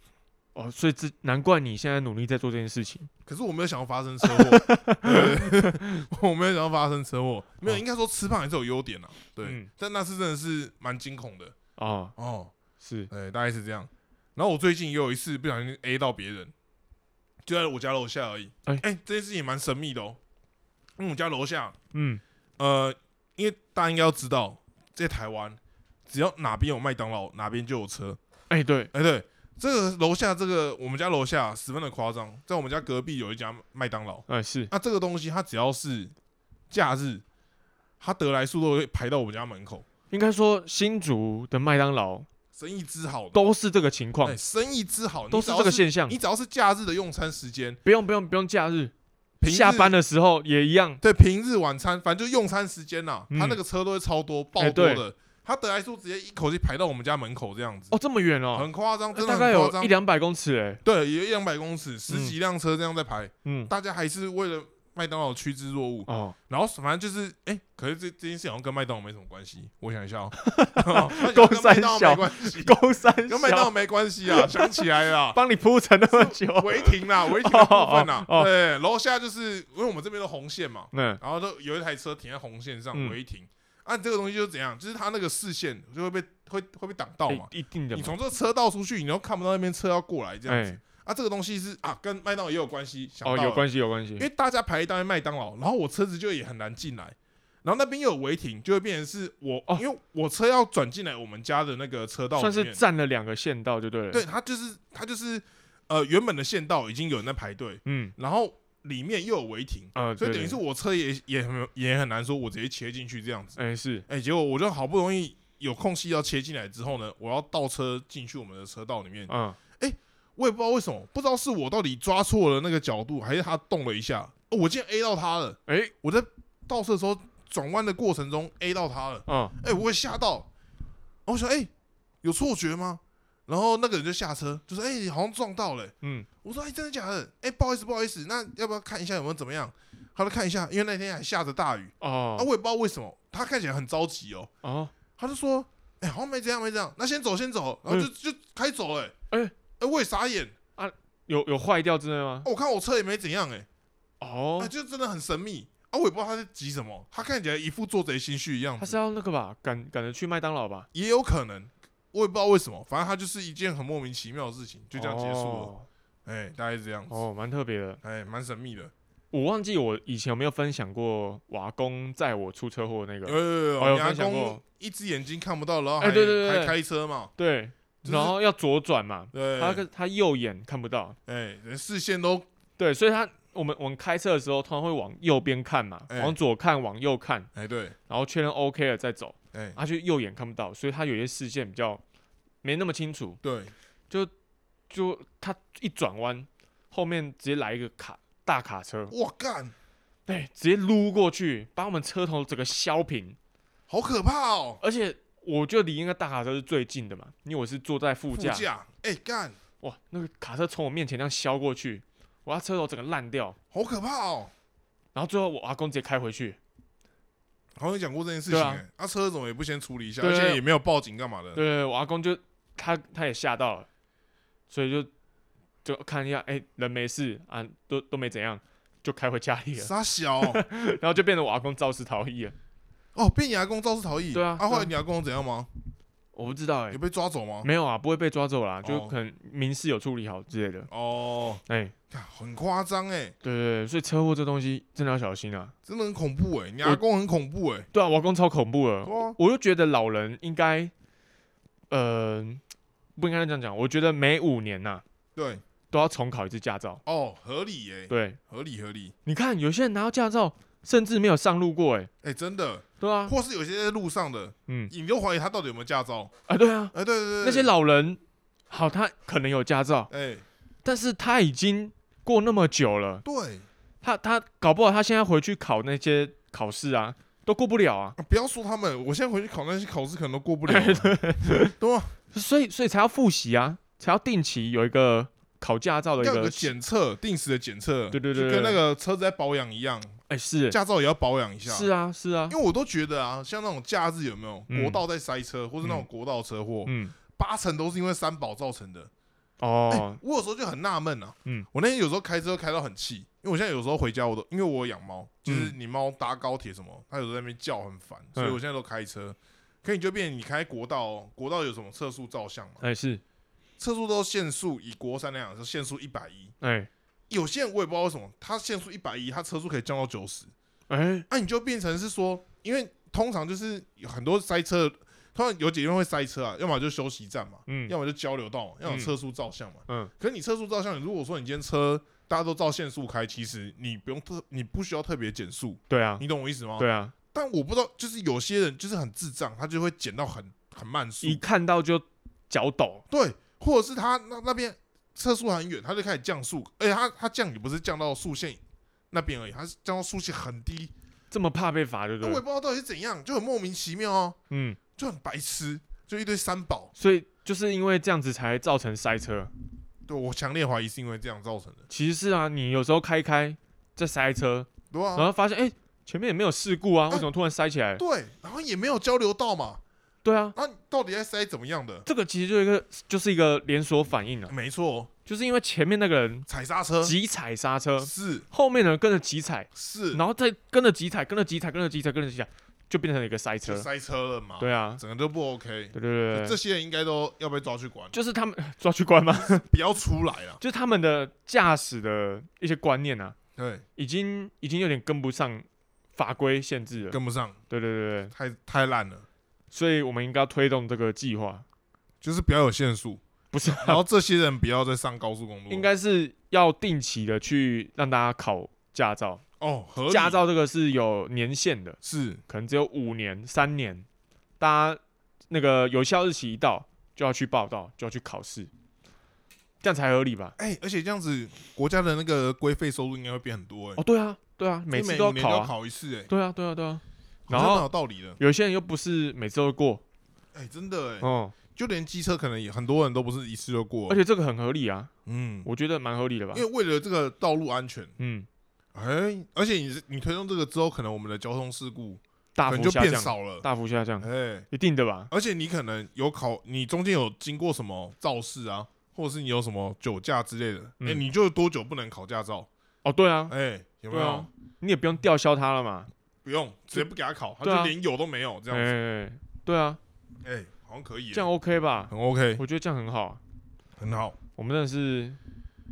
[SPEAKER 2] 哦，所以这难怪你现在努力在做这件事情。
[SPEAKER 1] 可是我没有想要发生车
[SPEAKER 2] [laughs]
[SPEAKER 1] 祸，对我没有想要发生车祸，没有，
[SPEAKER 2] 哦
[SPEAKER 1] 应该说吃胖也是有优点啊。对，
[SPEAKER 2] 嗯
[SPEAKER 1] 但那次真的是蛮惊恐的
[SPEAKER 2] 哦，
[SPEAKER 1] 哦。
[SPEAKER 2] 是，
[SPEAKER 1] 对，大概是这样。然后我最近也有一次不小心 A 到别人，就在我家楼下而已。哎、
[SPEAKER 2] 哎
[SPEAKER 1] 这件事情也蛮神秘的哦。因为我家楼下，
[SPEAKER 2] 嗯，
[SPEAKER 1] 呃，因为大家应该要知道，在台湾，只要哪边有麦当劳，哪边就有车。
[SPEAKER 2] 哎、对，
[SPEAKER 1] 哎、对，这个楼下这个我们家楼下十分的夸张，在我们家隔壁有一家麦当劳。
[SPEAKER 2] 哎、是，
[SPEAKER 1] 那这个东西，它只要是假日，它得来速都会排到我们家门口，
[SPEAKER 2] 应该说新竹的麦当劳
[SPEAKER 1] 生意之好的，
[SPEAKER 2] 都是这个情况
[SPEAKER 1] 哎，，生意之好，你
[SPEAKER 2] 都
[SPEAKER 1] 只
[SPEAKER 2] 是
[SPEAKER 1] 要
[SPEAKER 2] 这个现象
[SPEAKER 1] 你。只要是假日的用餐时间，
[SPEAKER 2] 不用不用不用，假日
[SPEAKER 1] 平日
[SPEAKER 2] 下班的时候也一样。
[SPEAKER 1] 对平日晚餐，反正就用餐时间呐、
[SPEAKER 2] 嗯
[SPEAKER 1] 他那个车都会超多爆
[SPEAKER 2] 哎
[SPEAKER 1] 多
[SPEAKER 2] 对
[SPEAKER 1] 的，他得来速直接一口气排到我们家门口这样子，
[SPEAKER 2] 哦，这么远哦，
[SPEAKER 1] 很夸张，真的
[SPEAKER 2] 大
[SPEAKER 1] 很
[SPEAKER 2] 概
[SPEAKER 1] 夸
[SPEAKER 2] 有
[SPEAKER 1] 张
[SPEAKER 2] 一。两嗯百公尺哎、
[SPEAKER 1] 对，有一两百公尺，十几辆车这样在排，
[SPEAKER 2] 嗯，
[SPEAKER 1] 大家还是为了麦当劳趋之若鹜。
[SPEAKER 2] 哦，
[SPEAKER 1] 然后反正就是，哎、可是这这件事好像跟麦当劳没什么关系。我想一
[SPEAKER 2] [laughs]
[SPEAKER 1] 下哦， [laughs]
[SPEAKER 2] 够
[SPEAKER 1] 跟麦当劳没
[SPEAKER 2] 三小
[SPEAKER 1] 关
[SPEAKER 2] [laughs]
[SPEAKER 1] 系，
[SPEAKER 2] 高山
[SPEAKER 1] 跟麦当劳
[SPEAKER 2] 小
[SPEAKER 1] 没关系啊，想起来
[SPEAKER 2] [laughs]
[SPEAKER 1] 了啊。
[SPEAKER 2] 帮你铺陈那么久，
[SPEAKER 1] 违停啦，违停的部分啦
[SPEAKER 2] 哦，哦哦
[SPEAKER 1] 对，楼下就是因为我们这边的红线嘛，
[SPEAKER 2] [laughs] 嗯，
[SPEAKER 1] 然后都有一台车停在红线上
[SPEAKER 2] 嗯
[SPEAKER 1] 违停，啊，这个东西就是怎样，就是它那个视线就会被会会被挡到嘛，
[SPEAKER 2] 一一定的
[SPEAKER 1] 你
[SPEAKER 2] 嘛，
[SPEAKER 1] 从这个车道出去，你都看不到那边车要过来这样子，
[SPEAKER 2] 哎，
[SPEAKER 1] 啊，这个东西是啊跟麦当劳也有关系，想
[SPEAKER 2] 哦，
[SPEAKER 1] 到
[SPEAKER 2] 有
[SPEAKER 1] 了
[SPEAKER 2] 关系有关
[SPEAKER 1] 因
[SPEAKER 2] 系，
[SPEAKER 1] 为大家排一单麦当劳，然后我车子就也很难进来，然后那边又有违停，就会变成是我，
[SPEAKER 2] 哦
[SPEAKER 1] 因为我车要转进来我们家的那个车道
[SPEAKER 2] 算
[SPEAKER 1] 里
[SPEAKER 2] 是
[SPEAKER 1] 面，
[SPEAKER 2] 占了两个县道就对了。
[SPEAKER 1] 对，，它就是它就是呃原本的线道已经有人在排队，
[SPEAKER 2] 嗯，
[SPEAKER 1] 然后里面又有违停，
[SPEAKER 2] 呃，
[SPEAKER 1] 所以
[SPEAKER 2] 对
[SPEAKER 1] 等于
[SPEAKER 2] 对
[SPEAKER 1] 是我车也也很也很难说我直接切进去这样子，
[SPEAKER 2] 哎、是，
[SPEAKER 1] 哎、结果我就好不容易有空隙要切进来之后呢，我要倒车进去我们的车道里面，
[SPEAKER 2] 嗯，
[SPEAKER 1] 我也不知道为什么，不知道是我到底抓错了那个角度，还是他动了一下，哦、我竟然 A 到他了。
[SPEAKER 2] 哎、
[SPEAKER 1] 我在倒车的时候转弯的过程中 A 到他了，
[SPEAKER 2] 嗯，
[SPEAKER 1] 哎、我也吓到，然后我想哎、有错觉吗？然后那个人就下车，就说哎、你好像撞到了、
[SPEAKER 2] 嗯，
[SPEAKER 1] 我说哎、真的假的？哎、不好意思不好意思，那要不要看一下有没有怎么样？他就看一下，因为那天还下着大雨，
[SPEAKER 2] 哦
[SPEAKER 1] 啊，我，也不知道为什么，他看起来很着急哦，
[SPEAKER 2] 哦，
[SPEAKER 1] 他就说哎、好像没这样没这样，那先走先走，然后就、就开走了、哎、
[SPEAKER 2] 嗯哎
[SPEAKER 1] 哎我也傻眼，
[SPEAKER 2] 有有坏掉之类吗？
[SPEAKER 1] 哦我看我车也没怎样哎、
[SPEAKER 2] 哦
[SPEAKER 1] 啊，，就真的很神秘啊！我也不知道他在急什么，他看起来一副做贼心虚的样
[SPEAKER 2] 他
[SPEAKER 1] 子
[SPEAKER 2] 是，要那个吧，赶赶着去麦当劳吧，
[SPEAKER 1] 也有可能，我也不知道为什么，反正他就是一件很莫名其妙的事情，就这样结束了。
[SPEAKER 2] 哦，
[SPEAKER 1] 哎、大概是这样子，
[SPEAKER 2] 哦蛮特别的。
[SPEAKER 1] 哎、蛮神秘的。
[SPEAKER 2] 我忘记我以前有没有分享过瓦工载我出车祸那
[SPEAKER 1] 有
[SPEAKER 2] 个，
[SPEAKER 1] 有有
[SPEAKER 2] 哦有
[SPEAKER 1] 你阿
[SPEAKER 2] 分享
[SPEAKER 1] 公
[SPEAKER 2] 过
[SPEAKER 1] 一只眼睛看不到，然后还、
[SPEAKER 2] 哎对对对
[SPEAKER 1] 还开车嘛，
[SPEAKER 2] 对，
[SPEAKER 1] 就是
[SPEAKER 2] 然后要左转嘛，
[SPEAKER 1] 对，
[SPEAKER 2] 他跟他右眼看不到，
[SPEAKER 1] 哎、人视线都
[SPEAKER 2] 对，所以他我们我们开车的时候通常会往右边看嘛，
[SPEAKER 1] 哎
[SPEAKER 2] 往左看，往右看，
[SPEAKER 1] 哎、对，
[SPEAKER 2] 然后确认 OK 了再走，
[SPEAKER 1] 哎、
[SPEAKER 2] 他就右眼看不到，所以他有些视线比较没那么清楚，
[SPEAKER 1] 对，
[SPEAKER 2] 就他一转弯，后面直接来一个卡大卡车，
[SPEAKER 1] 哇干，
[SPEAKER 2] 对，直接撸过去，把我们车头整个削平，
[SPEAKER 1] 好可怕哦！
[SPEAKER 2] 而且我就离那个大卡车是最近的嘛，因为我是坐在副
[SPEAKER 1] 副
[SPEAKER 2] 驾，
[SPEAKER 1] 驾，哎、干，
[SPEAKER 2] 哇，那个卡车从我面前这样削过去，我要车头整个烂掉，
[SPEAKER 1] 好可怕哦！
[SPEAKER 2] 然后最后我阿公直接开回去，
[SPEAKER 1] 好像有讲过这件事情、
[SPEAKER 2] 对
[SPEAKER 1] 欸，
[SPEAKER 2] 啊
[SPEAKER 1] 啊，车怎么也不先处理一下，
[SPEAKER 2] 对
[SPEAKER 1] 而
[SPEAKER 2] 对
[SPEAKER 1] 且
[SPEAKER 2] 对
[SPEAKER 1] 也没有报警干嘛的，
[SPEAKER 2] 对，我阿公就他他也吓到了，所以就就看一下，哎、人没事啊，都都没怎样，就开回家 [laughs] 里了，
[SPEAKER 1] 傻小、
[SPEAKER 2] 然后就变成我阿公肇事逃逸了，
[SPEAKER 1] 哦，被你阿公肇事逃逸。
[SPEAKER 2] 对啊对啊
[SPEAKER 1] 后来你阿公怎样吗？
[SPEAKER 2] 我不知道哎、
[SPEAKER 1] 有被抓走吗？
[SPEAKER 2] 没有啊，不会被抓走啦，就
[SPEAKER 1] 哦
[SPEAKER 2] 可能民事有处理好之类的。
[SPEAKER 1] 哦，
[SPEAKER 2] 哎、
[SPEAKER 1] 看很夸张哎，
[SPEAKER 2] 对对对，所以车祸这东西真的要小心啊。
[SPEAKER 1] 真的很恐怖哎、你阿公很恐怖啊哎、
[SPEAKER 2] 对啊，我阿公超恐怖的，
[SPEAKER 1] 哇，
[SPEAKER 2] 我就觉得老人应该，呃，不应该这样讲。我觉得每五年呐、
[SPEAKER 1] 对，
[SPEAKER 2] 都要重考一次驾照。
[SPEAKER 1] 哦，合理哎、
[SPEAKER 2] 对，
[SPEAKER 1] 合理合理，
[SPEAKER 2] 你看有些人拿到驾照，甚至没有上路过、哎，
[SPEAKER 1] 哎、真的，
[SPEAKER 2] 对啊，
[SPEAKER 1] 或是有些在路上的，
[SPEAKER 2] 嗯，
[SPEAKER 1] 你就怀疑他到底有没有驾照？
[SPEAKER 2] 啊，对啊，
[SPEAKER 1] 哎、对对对，
[SPEAKER 2] 那些老人，好，他可能有驾照，
[SPEAKER 1] 哎、
[SPEAKER 2] 但是他已经过那么久了，
[SPEAKER 1] 对、
[SPEAKER 2] 他他搞不好他现在回去考那些考试啊，都过不了啊，
[SPEAKER 1] 啊不要说他们，我现在回去考那些考试可能都过不了
[SPEAKER 2] [laughs]
[SPEAKER 1] 啊、
[SPEAKER 2] 所以所以才要复习啊，才要定期有一个考驾照的一
[SPEAKER 1] 要有
[SPEAKER 2] 个
[SPEAKER 1] 个检测，定时的检测，
[SPEAKER 2] 对对对
[SPEAKER 1] 就
[SPEAKER 2] 对
[SPEAKER 1] 跟那个车子在保养一样，
[SPEAKER 2] 哎、是
[SPEAKER 1] 驾照也要保养一下。
[SPEAKER 2] 是啊是啊
[SPEAKER 1] 因，为我都觉得啊，像那种假日有没有
[SPEAKER 2] 嗯
[SPEAKER 1] 国道在塞车，或是那种
[SPEAKER 2] 嗯
[SPEAKER 1] 国道车祸，
[SPEAKER 2] 嗯
[SPEAKER 1] 八成都是因为三宝造成的。哎
[SPEAKER 2] 哦
[SPEAKER 1] 我有时候就很纳闷啊，
[SPEAKER 2] 嗯
[SPEAKER 1] 我那天有时候开车开到很气，因为我现在有时候回家我都因为我有养猫，就是
[SPEAKER 2] 嗯
[SPEAKER 1] 你猫搭高铁什么，它有时候在那边叫很烦，所以我现在都开车。可你就变你开国道哦，国道有什么测速照相嘛？
[SPEAKER 2] 哎、是
[SPEAKER 1] 测速都限速，以国三来讲是限速一百一，
[SPEAKER 2] 哎。
[SPEAKER 1] 有些人我也不知道为什么，他限速一百一，他车速可以降到九十，啊
[SPEAKER 2] 哎、
[SPEAKER 1] 那你就变成是说，因为通常就是有很多塞车，通常有几地方会塞车啊，要么就休息站嘛，
[SPEAKER 2] 嗯，
[SPEAKER 1] 要么就交流道嘛，要么
[SPEAKER 2] 嗯
[SPEAKER 1] 车速照相嘛。
[SPEAKER 2] 嗯，
[SPEAKER 1] 可是你车速照相，如果说你今天车大家都照限速开，其实你不用特，你不需要特别减速，
[SPEAKER 2] 对啊，
[SPEAKER 1] 你懂我意思吗？。
[SPEAKER 2] 对啊，
[SPEAKER 1] 但我不知道，就是有些人就是很智障，他就会减到很很慢速
[SPEAKER 2] 一，看到就脚抖，
[SPEAKER 1] 对，或者是他那那边车速很远，他就开始降速，而且他他降也不是降到速线那边而已，他是降到速线很低，
[SPEAKER 2] 这么怕被罚，对不
[SPEAKER 1] 那我也
[SPEAKER 2] 对？
[SPEAKER 1] 不知道到底是怎样，就很莫名其妙哦、
[SPEAKER 2] 嗯，
[SPEAKER 1] 就很白痴，就一堆三宝。
[SPEAKER 2] 所以就是因为这样子才造成塞车。
[SPEAKER 1] 对我强烈怀疑是因为这样造成的，
[SPEAKER 2] 其实是啊，你有时候开开在塞车，
[SPEAKER 1] 对啊，
[SPEAKER 2] 然后发现哎、前面也没有事故
[SPEAKER 1] 嗯
[SPEAKER 2] 啊，为什么突然塞起来？
[SPEAKER 1] 对，然后也没有交流道嘛，
[SPEAKER 2] 对啊，
[SPEAKER 1] 那你到底在塞怎么样的？
[SPEAKER 2] 这个其实就一个就是一个连锁反应啊，
[SPEAKER 1] 没错，哦
[SPEAKER 2] 就是因为前面那个人
[SPEAKER 1] 踩刹车
[SPEAKER 2] 急踩刹车，
[SPEAKER 1] 是
[SPEAKER 2] 后面的人跟着急踩，
[SPEAKER 1] 是，
[SPEAKER 2] 然后再跟着急踩，跟着急踩，跟着急踩，跟着急踩，就变成了一个塞
[SPEAKER 1] 就
[SPEAKER 2] 车。
[SPEAKER 1] 塞车了嘛，
[SPEAKER 2] 对啊，
[SPEAKER 1] 整个都不 OK。
[SPEAKER 2] 对对对
[SPEAKER 1] 这
[SPEAKER 2] 对，
[SPEAKER 1] 些人应该都要被抓去管，
[SPEAKER 2] 就是他们 [laughs] 抓去关吗？
[SPEAKER 1] 不要出来了。
[SPEAKER 2] 就是他们的驾驶的一些观念啊，
[SPEAKER 1] 对，
[SPEAKER 2] 已经已经有点跟不上法规限制了。
[SPEAKER 1] 跟不上，
[SPEAKER 2] 对对对对，
[SPEAKER 1] 太太烂了。
[SPEAKER 2] 所以我们应该要推动这个计划，
[SPEAKER 1] 就是不要有限速，
[SPEAKER 2] 不是、啊
[SPEAKER 1] 然后这些人不要再上高速公路了。
[SPEAKER 2] 应该是要定期的去让大家考驾照。
[SPEAKER 1] 哦，合理
[SPEAKER 2] 驾照这个是有年限的，
[SPEAKER 1] 是
[SPEAKER 2] 可能只有五年、三年，大家那个有效日期一到就要去报到，就要去考试，这样才合理吧？
[SPEAKER 1] 哎、而且这样子国家的那个规费收入应该会变很多哎、
[SPEAKER 2] 哦，对啊，对啊，每
[SPEAKER 1] 就
[SPEAKER 2] 次
[SPEAKER 1] 每
[SPEAKER 2] 都要
[SPEAKER 1] 五年
[SPEAKER 2] 考
[SPEAKER 1] 要
[SPEAKER 2] 啊，
[SPEAKER 1] 考一次哎、
[SPEAKER 2] 对啊，对啊，对啊。
[SPEAKER 1] 好
[SPEAKER 2] 然
[SPEAKER 1] 像蛮
[SPEAKER 2] 后
[SPEAKER 1] 有道理的
[SPEAKER 2] 有些人又不是每次都过，
[SPEAKER 1] 哎、真的哎、
[SPEAKER 2] 哦、
[SPEAKER 1] 就连机车可能也很多人都不是一次就过，
[SPEAKER 2] 而且这个很合理啊，
[SPEAKER 1] 嗯，
[SPEAKER 2] 我觉得蛮合理的吧
[SPEAKER 1] 因为。为了这个道路安全，
[SPEAKER 2] 嗯，
[SPEAKER 1] 哎、而且你你推动这个之后，可能我们的交通事故
[SPEAKER 2] 大
[SPEAKER 1] 可能
[SPEAKER 2] 幅
[SPEAKER 1] 就
[SPEAKER 2] 下
[SPEAKER 1] 变
[SPEAKER 2] 降，
[SPEAKER 1] 少了，
[SPEAKER 2] 大幅下降，
[SPEAKER 1] 哎、
[SPEAKER 2] 一定的吧？
[SPEAKER 1] 而且你可能有考，你中间有经过什么肇事啊，或者是你有什么酒驾之类的，哎、
[SPEAKER 2] 嗯
[SPEAKER 1] 你就多久不能考驾照？
[SPEAKER 2] 哦，对啊，
[SPEAKER 1] 哎、有没
[SPEAKER 2] 对
[SPEAKER 1] 有？
[SPEAKER 2] 啊，你也不用吊销它了嘛。
[SPEAKER 1] 不用，直接不给他考，他
[SPEAKER 2] 对啊
[SPEAKER 1] 就连有都没有这
[SPEAKER 2] 哎、
[SPEAKER 1] 样子，
[SPEAKER 2] 对啊，
[SPEAKER 1] 哎、好像可以耶，
[SPEAKER 2] 这样 OK 吧？
[SPEAKER 1] 很 OK，
[SPEAKER 2] 我觉得这样很好啊、
[SPEAKER 1] 很好，
[SPEAKER 2] 我们真的是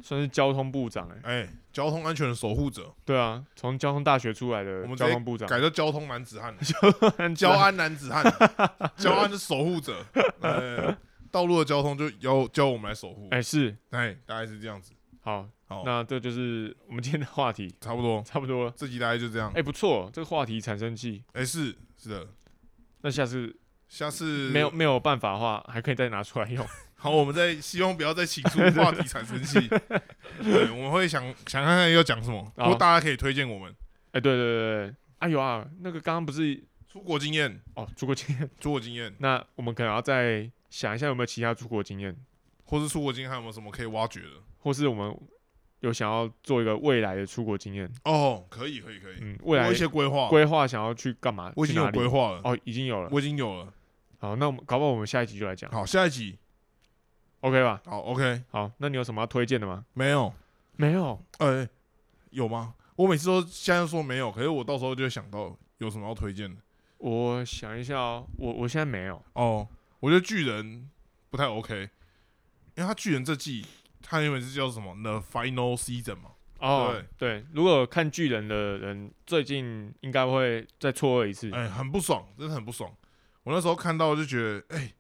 [SPEAKER 2] 算是交通部长哎、
[SPEAKER 1] 哎、交通安全的守护者，
[SPEAKER 2] 对啊，从交通大学出来的
[SPEAKER 1] 我们直
[SPEAKER 2] 交
[SPEAKER 1] 接
[SPEAKER 2] 通部长，
[SPEAKER 1] 改叫交通男子
[SPEAKER 2] [laughs]
[SPEAKER 1] 汉，
[SPEAKER 2] 交
[SPEAKER 1] 交啊安男子汉，
[SPEAKER 2] [laughs]
[SPEAKER 1] 交安是守护者，呃，道路的交通就由交我们来守护，
[SPEAKER 2] 哎、是
[SPEAKER 1] 哎，大概是这样子，
[SPEAKER 2] 好，
[SPEAKER 1] 好，
[SPEAKER 2] 那这就是我们今天的话题， [laughs]
[SPEAKER 1] 差不多，
[SPEAKER 2] 差不多了。
[SPEAKER 1] 这集大概就这样
[SPEAKER 2] 哎、，不错，这个话题产生器，
[SPEAKER 1] 哎，是是的，
[SPEAKER 2] 那下次
[SPEAKER 1] 下次
[SPEAKER 2] 没有，没有办法的话，还可以再拿出来用。 [laughs]
[SPEAKER 1] 好，我们再希望不要再起出话题产生
[SPEAKER 2] [laughs]
[SPEAKER 1] 气，对，我们会想想看看要讲什么，不
[SPEAKER 2] 好
[SPEAKER 1] 过大家可以推荐我们
[SPEAKER 2] 哎、对对对对，哎有啊，那个刚刚不是
[SPEAKER 1] 出国经验，
[SPEAKER 2] 哦，出国经验， [laughs]
[SPEAKER 1] 出国经验，
[SPEAKER 2] 那我们可能要再想一下有没有其他出国经验，
[SPEAKER 1] 或是出国经验还有没有什么可以挖掘的？
[SPEAKER 2] 或是我们有想要做一个未来的出国经验，
[SPEAKER 1] 哦，可以，可以，可以，
[SPEAKER 2] 嗯，
[SPEAKER 1] 我
[SPEAKER 2] 未来
[SPEAKER 1] 有一些规划，
[SPEAKER 2] 规划想要去干嘛？
[SPEAKER 1] 我已
[SPEAKER 2] 去
[SPEAKER 1] 经有
[SPEAKER 2] 哪里
[SPEAKER 1] 规划了，
[SPEAKER 2] 哦，已经有了。
[SPEAKER 1] 我已经有了。
[SPEAKER 2] 好，那我们搞不好我们下一集就来讲
[SPEAKER 1] 好，下一集，
[SPEAKER 2] ，OK 吧？
[SPEAKER 1] 好，OK，
[SPEAKER 2] 好，那你有什么要推荐的吗？
[SPEAKER 1] 没有，
[SPEAKER 2] 没有，
[SPEAKER 1] 呃、有吗？我每次都现在说没有，可是我到时候就会想到有什么要推荐的。
[SPEAKER 2] 我想一下哦，我我现在没有。
[SPEAKER 1] 哦，我觉得巨人不太 OK，因为他巨人这季他原本是叫什么 The Final Season 嘛，
[SPEAKER 2] 哦，对，如果有看巨人的人，最近应该会再错愕一次。
[SPEAKER 1] 哎、很不爽，真的很不爽。我那时候看到就觉得，哎、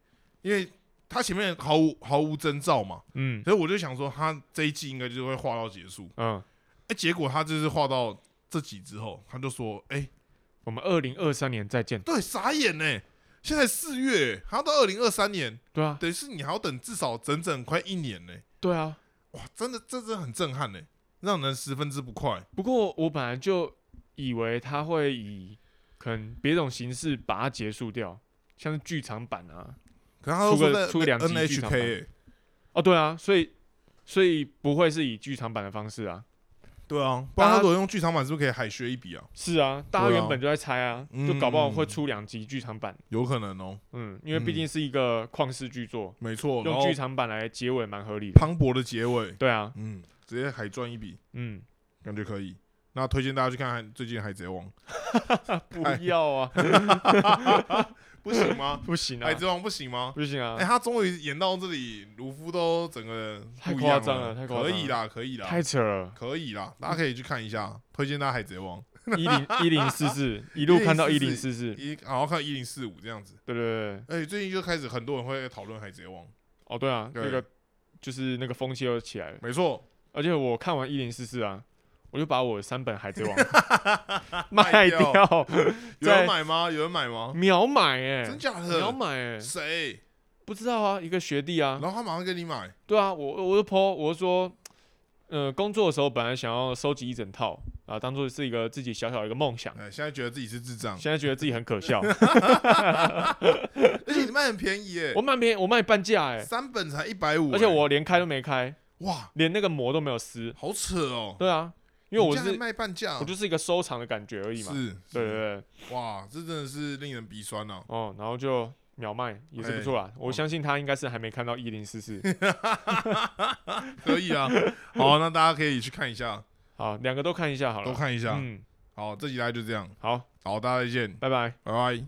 [SPEAKER 1] 因为他前面毫无毫无征兆嘛，
[SPEAKER 2] 嗯
[SPEAKER 1] 所以我就想说他这一季应该就会画到结束。
[SPEAKER 2] 嗯，
[SPEAKER 1] 哎、结果他就是画到这集之后，他就说，哎、
[SPEAKER 2] 我们二零二三年再见。
[SPEAKER 1] 对，傻眼呢、现在四月，还要到二零二三年，
[SPEAKER 2] 对啊，
[SPEAKER 1] 等于是你还要等至少整整快一年呢、
[SPEAKER 2] 对啊。
[SPEAKER 1] 哇，真的，这真的很震撼呢、让人十分之不快。
[SPEAKER 2] 不过我本来就以为他会以可能别种形式把它结束掉，像是剧场版啊，
[SPEAKER 1] 可是他都
[SPEAKER 2] 出个
[SPEAKER 1] 说在
[SPEAKER 2] 出个两集剧
[SPEAKER 1] NHK，
[SPEAKER 2] 场
[SPEAKER 1] 欸、
[SPEAKER 2] 版哦，对啊，所以所以不会是以剧场版的方式啊，
[SPEAKER 1] 对啊，不然他
[SPEAKER 2] 大家
[SPEAKER 1] 如果用剧场版，是不是可以海削一笔啊？
[SPEAKER 2] 是啊，大家
[SPEAKER 1] 对啊
[SPEAKER 2] 原本就在猜啊，
[SPEAKER 1] 嗯
[SPEAKER 2] 就搞不好会出两集剧场版，
[SPEAKER 1] 有可能哦，
[SPEAKER 2] 嗯，因为毕竟是一个旷世巨作，
[SPEAKER 1] 没错。哦然
[SPEAKER 2] 用
[SPEAKER 1] 后
[SPEAKER 2] 剧场版来结尾蛮合理的。
[SPEAKER 1] 磅礴的结尾，
[SPEAKER 2] 对啊，
[SPEAKER 1] 嗯，直接海赚一笔，
[SPEAKER 2] 嗯，
[SPEAKER 1] 感觉可以。那推荐大家去看海最近《海贼王》，
[SPEAKER 2] 不
[SPEAKER 1] 哎
[SPEAKER 2] 要啊， [laughs]
[SPEAKER 1] 不行吗？
[SPEAKER 2] 不行啊
[SPEAKER 1] 海，贼王不行吗？
[SPEAKER 2] 不行啊
[SPEAKER 1] 哎、，他终于演到这里，鲁夫都整个
[SPEAKER 2] 太
[SPEAKER 1] 不一样
[SPEAKER 2] 夸张了太夸张
[SPEAKER 1] 可
[SPEAKER 2] 了
[SPEAKER 1] 以啦，可以啦，
[SPEAKER 2] 太，扯了
[SPEAKER 1] [laughs] 可以啦，大家可以去看一下，推荐大家《海贼王
[SPEAKER 2] 一零一零四四一路看到一零四四》，，
[SPEAKER 1] 一，然后看一零四五这样子。
[SPEAKER 2] 对对对，
[SPEAKER 1] 哎、最近就开始很多人会在讨论《海贼王》，
[SPEAKER 2] 哦对啊，
[SPEAKER 1] 对
[SPEAKER 2] 那个就是那个风气又起来了，
[SPEAKER 1] 没错，
[SPEAKER 2] 而且我看完一零四四啊，我就把我三本海贼王卖
[SPEAKER 1] [laughs] 卖
[SPEAKER 2] 掉
[SPEAKER 1] 掉，有
[SPEAKER 2] 在
[SPEAKER 1] 人买吗？有人买吗？
[SPEAKER 2] 秒买哎、
[SPEAKER 1] 真假
[SPEAKER 2] 秒
[SPEAKER 1] 的？
[SPEAKER 2] 买哎、
[SPEAKER 1] 谁？
[SPEAKER 2] 不知道啊，一个学弟啊
[SPEAKER 1] 然，后他马上给你买，
[SPEAKER 2] 对啊，我我就 po，我就说，呃，工作的时候本来想要收集一整套啊，当做是一个自己小小的一个梦想，
[SPEAKER 1] 哎，现在觉得自己是智障，
[SPEAKER 2] 现在觉得自己很可 [laughs] 笑，
[SPEAKER 1] 而且你卖很便宜耶
[SPEAKER 2] 我，卖别我卖半价哎、
[SPEAKER 1] 三本才一百五，
[SPEAKER 2] 而且我连开都没开，
[SPEAKER 1] 哇，
[SPEAKER 2] 连那个膜都没有撕，
[SPEAKER 1] 好扯哦，
[SPEAKER 2] 对啊，因为我
[SPEAKER 1] 你竟然
[SPEAKER 2] 是
[SPEAKER 1] 卖半价，
[SPEAKER 2] 我就是一个收藏的感觉而已嘛，
[SPEAKER 1] 是，
[SPEAKER 2] 对对对，
[SPEAKER 1] 哇，这真的是令人鼻酸呐。
[SPEAKER 2] 哦，然后就秒卖也是不错啦，我相信他应该是还没看到一零四四，
[SPEAKER 1] 可以
[SPEAKER 2] [laughs]
[SPEAKER 1] 啊，好，那大家可以去看一下，
[SPEAKER 2] 好，两个都看一下好了，
[SPEAKER 1] 都看一下。
[SPEAKER 2] 嗯，
[SPEAKER 1] 好，这集大概就这样，
[SPEAKER 2] 好，
[SPEAKER 1] 好，大家再见，
[SPEAKER 2] 拜拜。
[SPEAKER 1] 拜拜。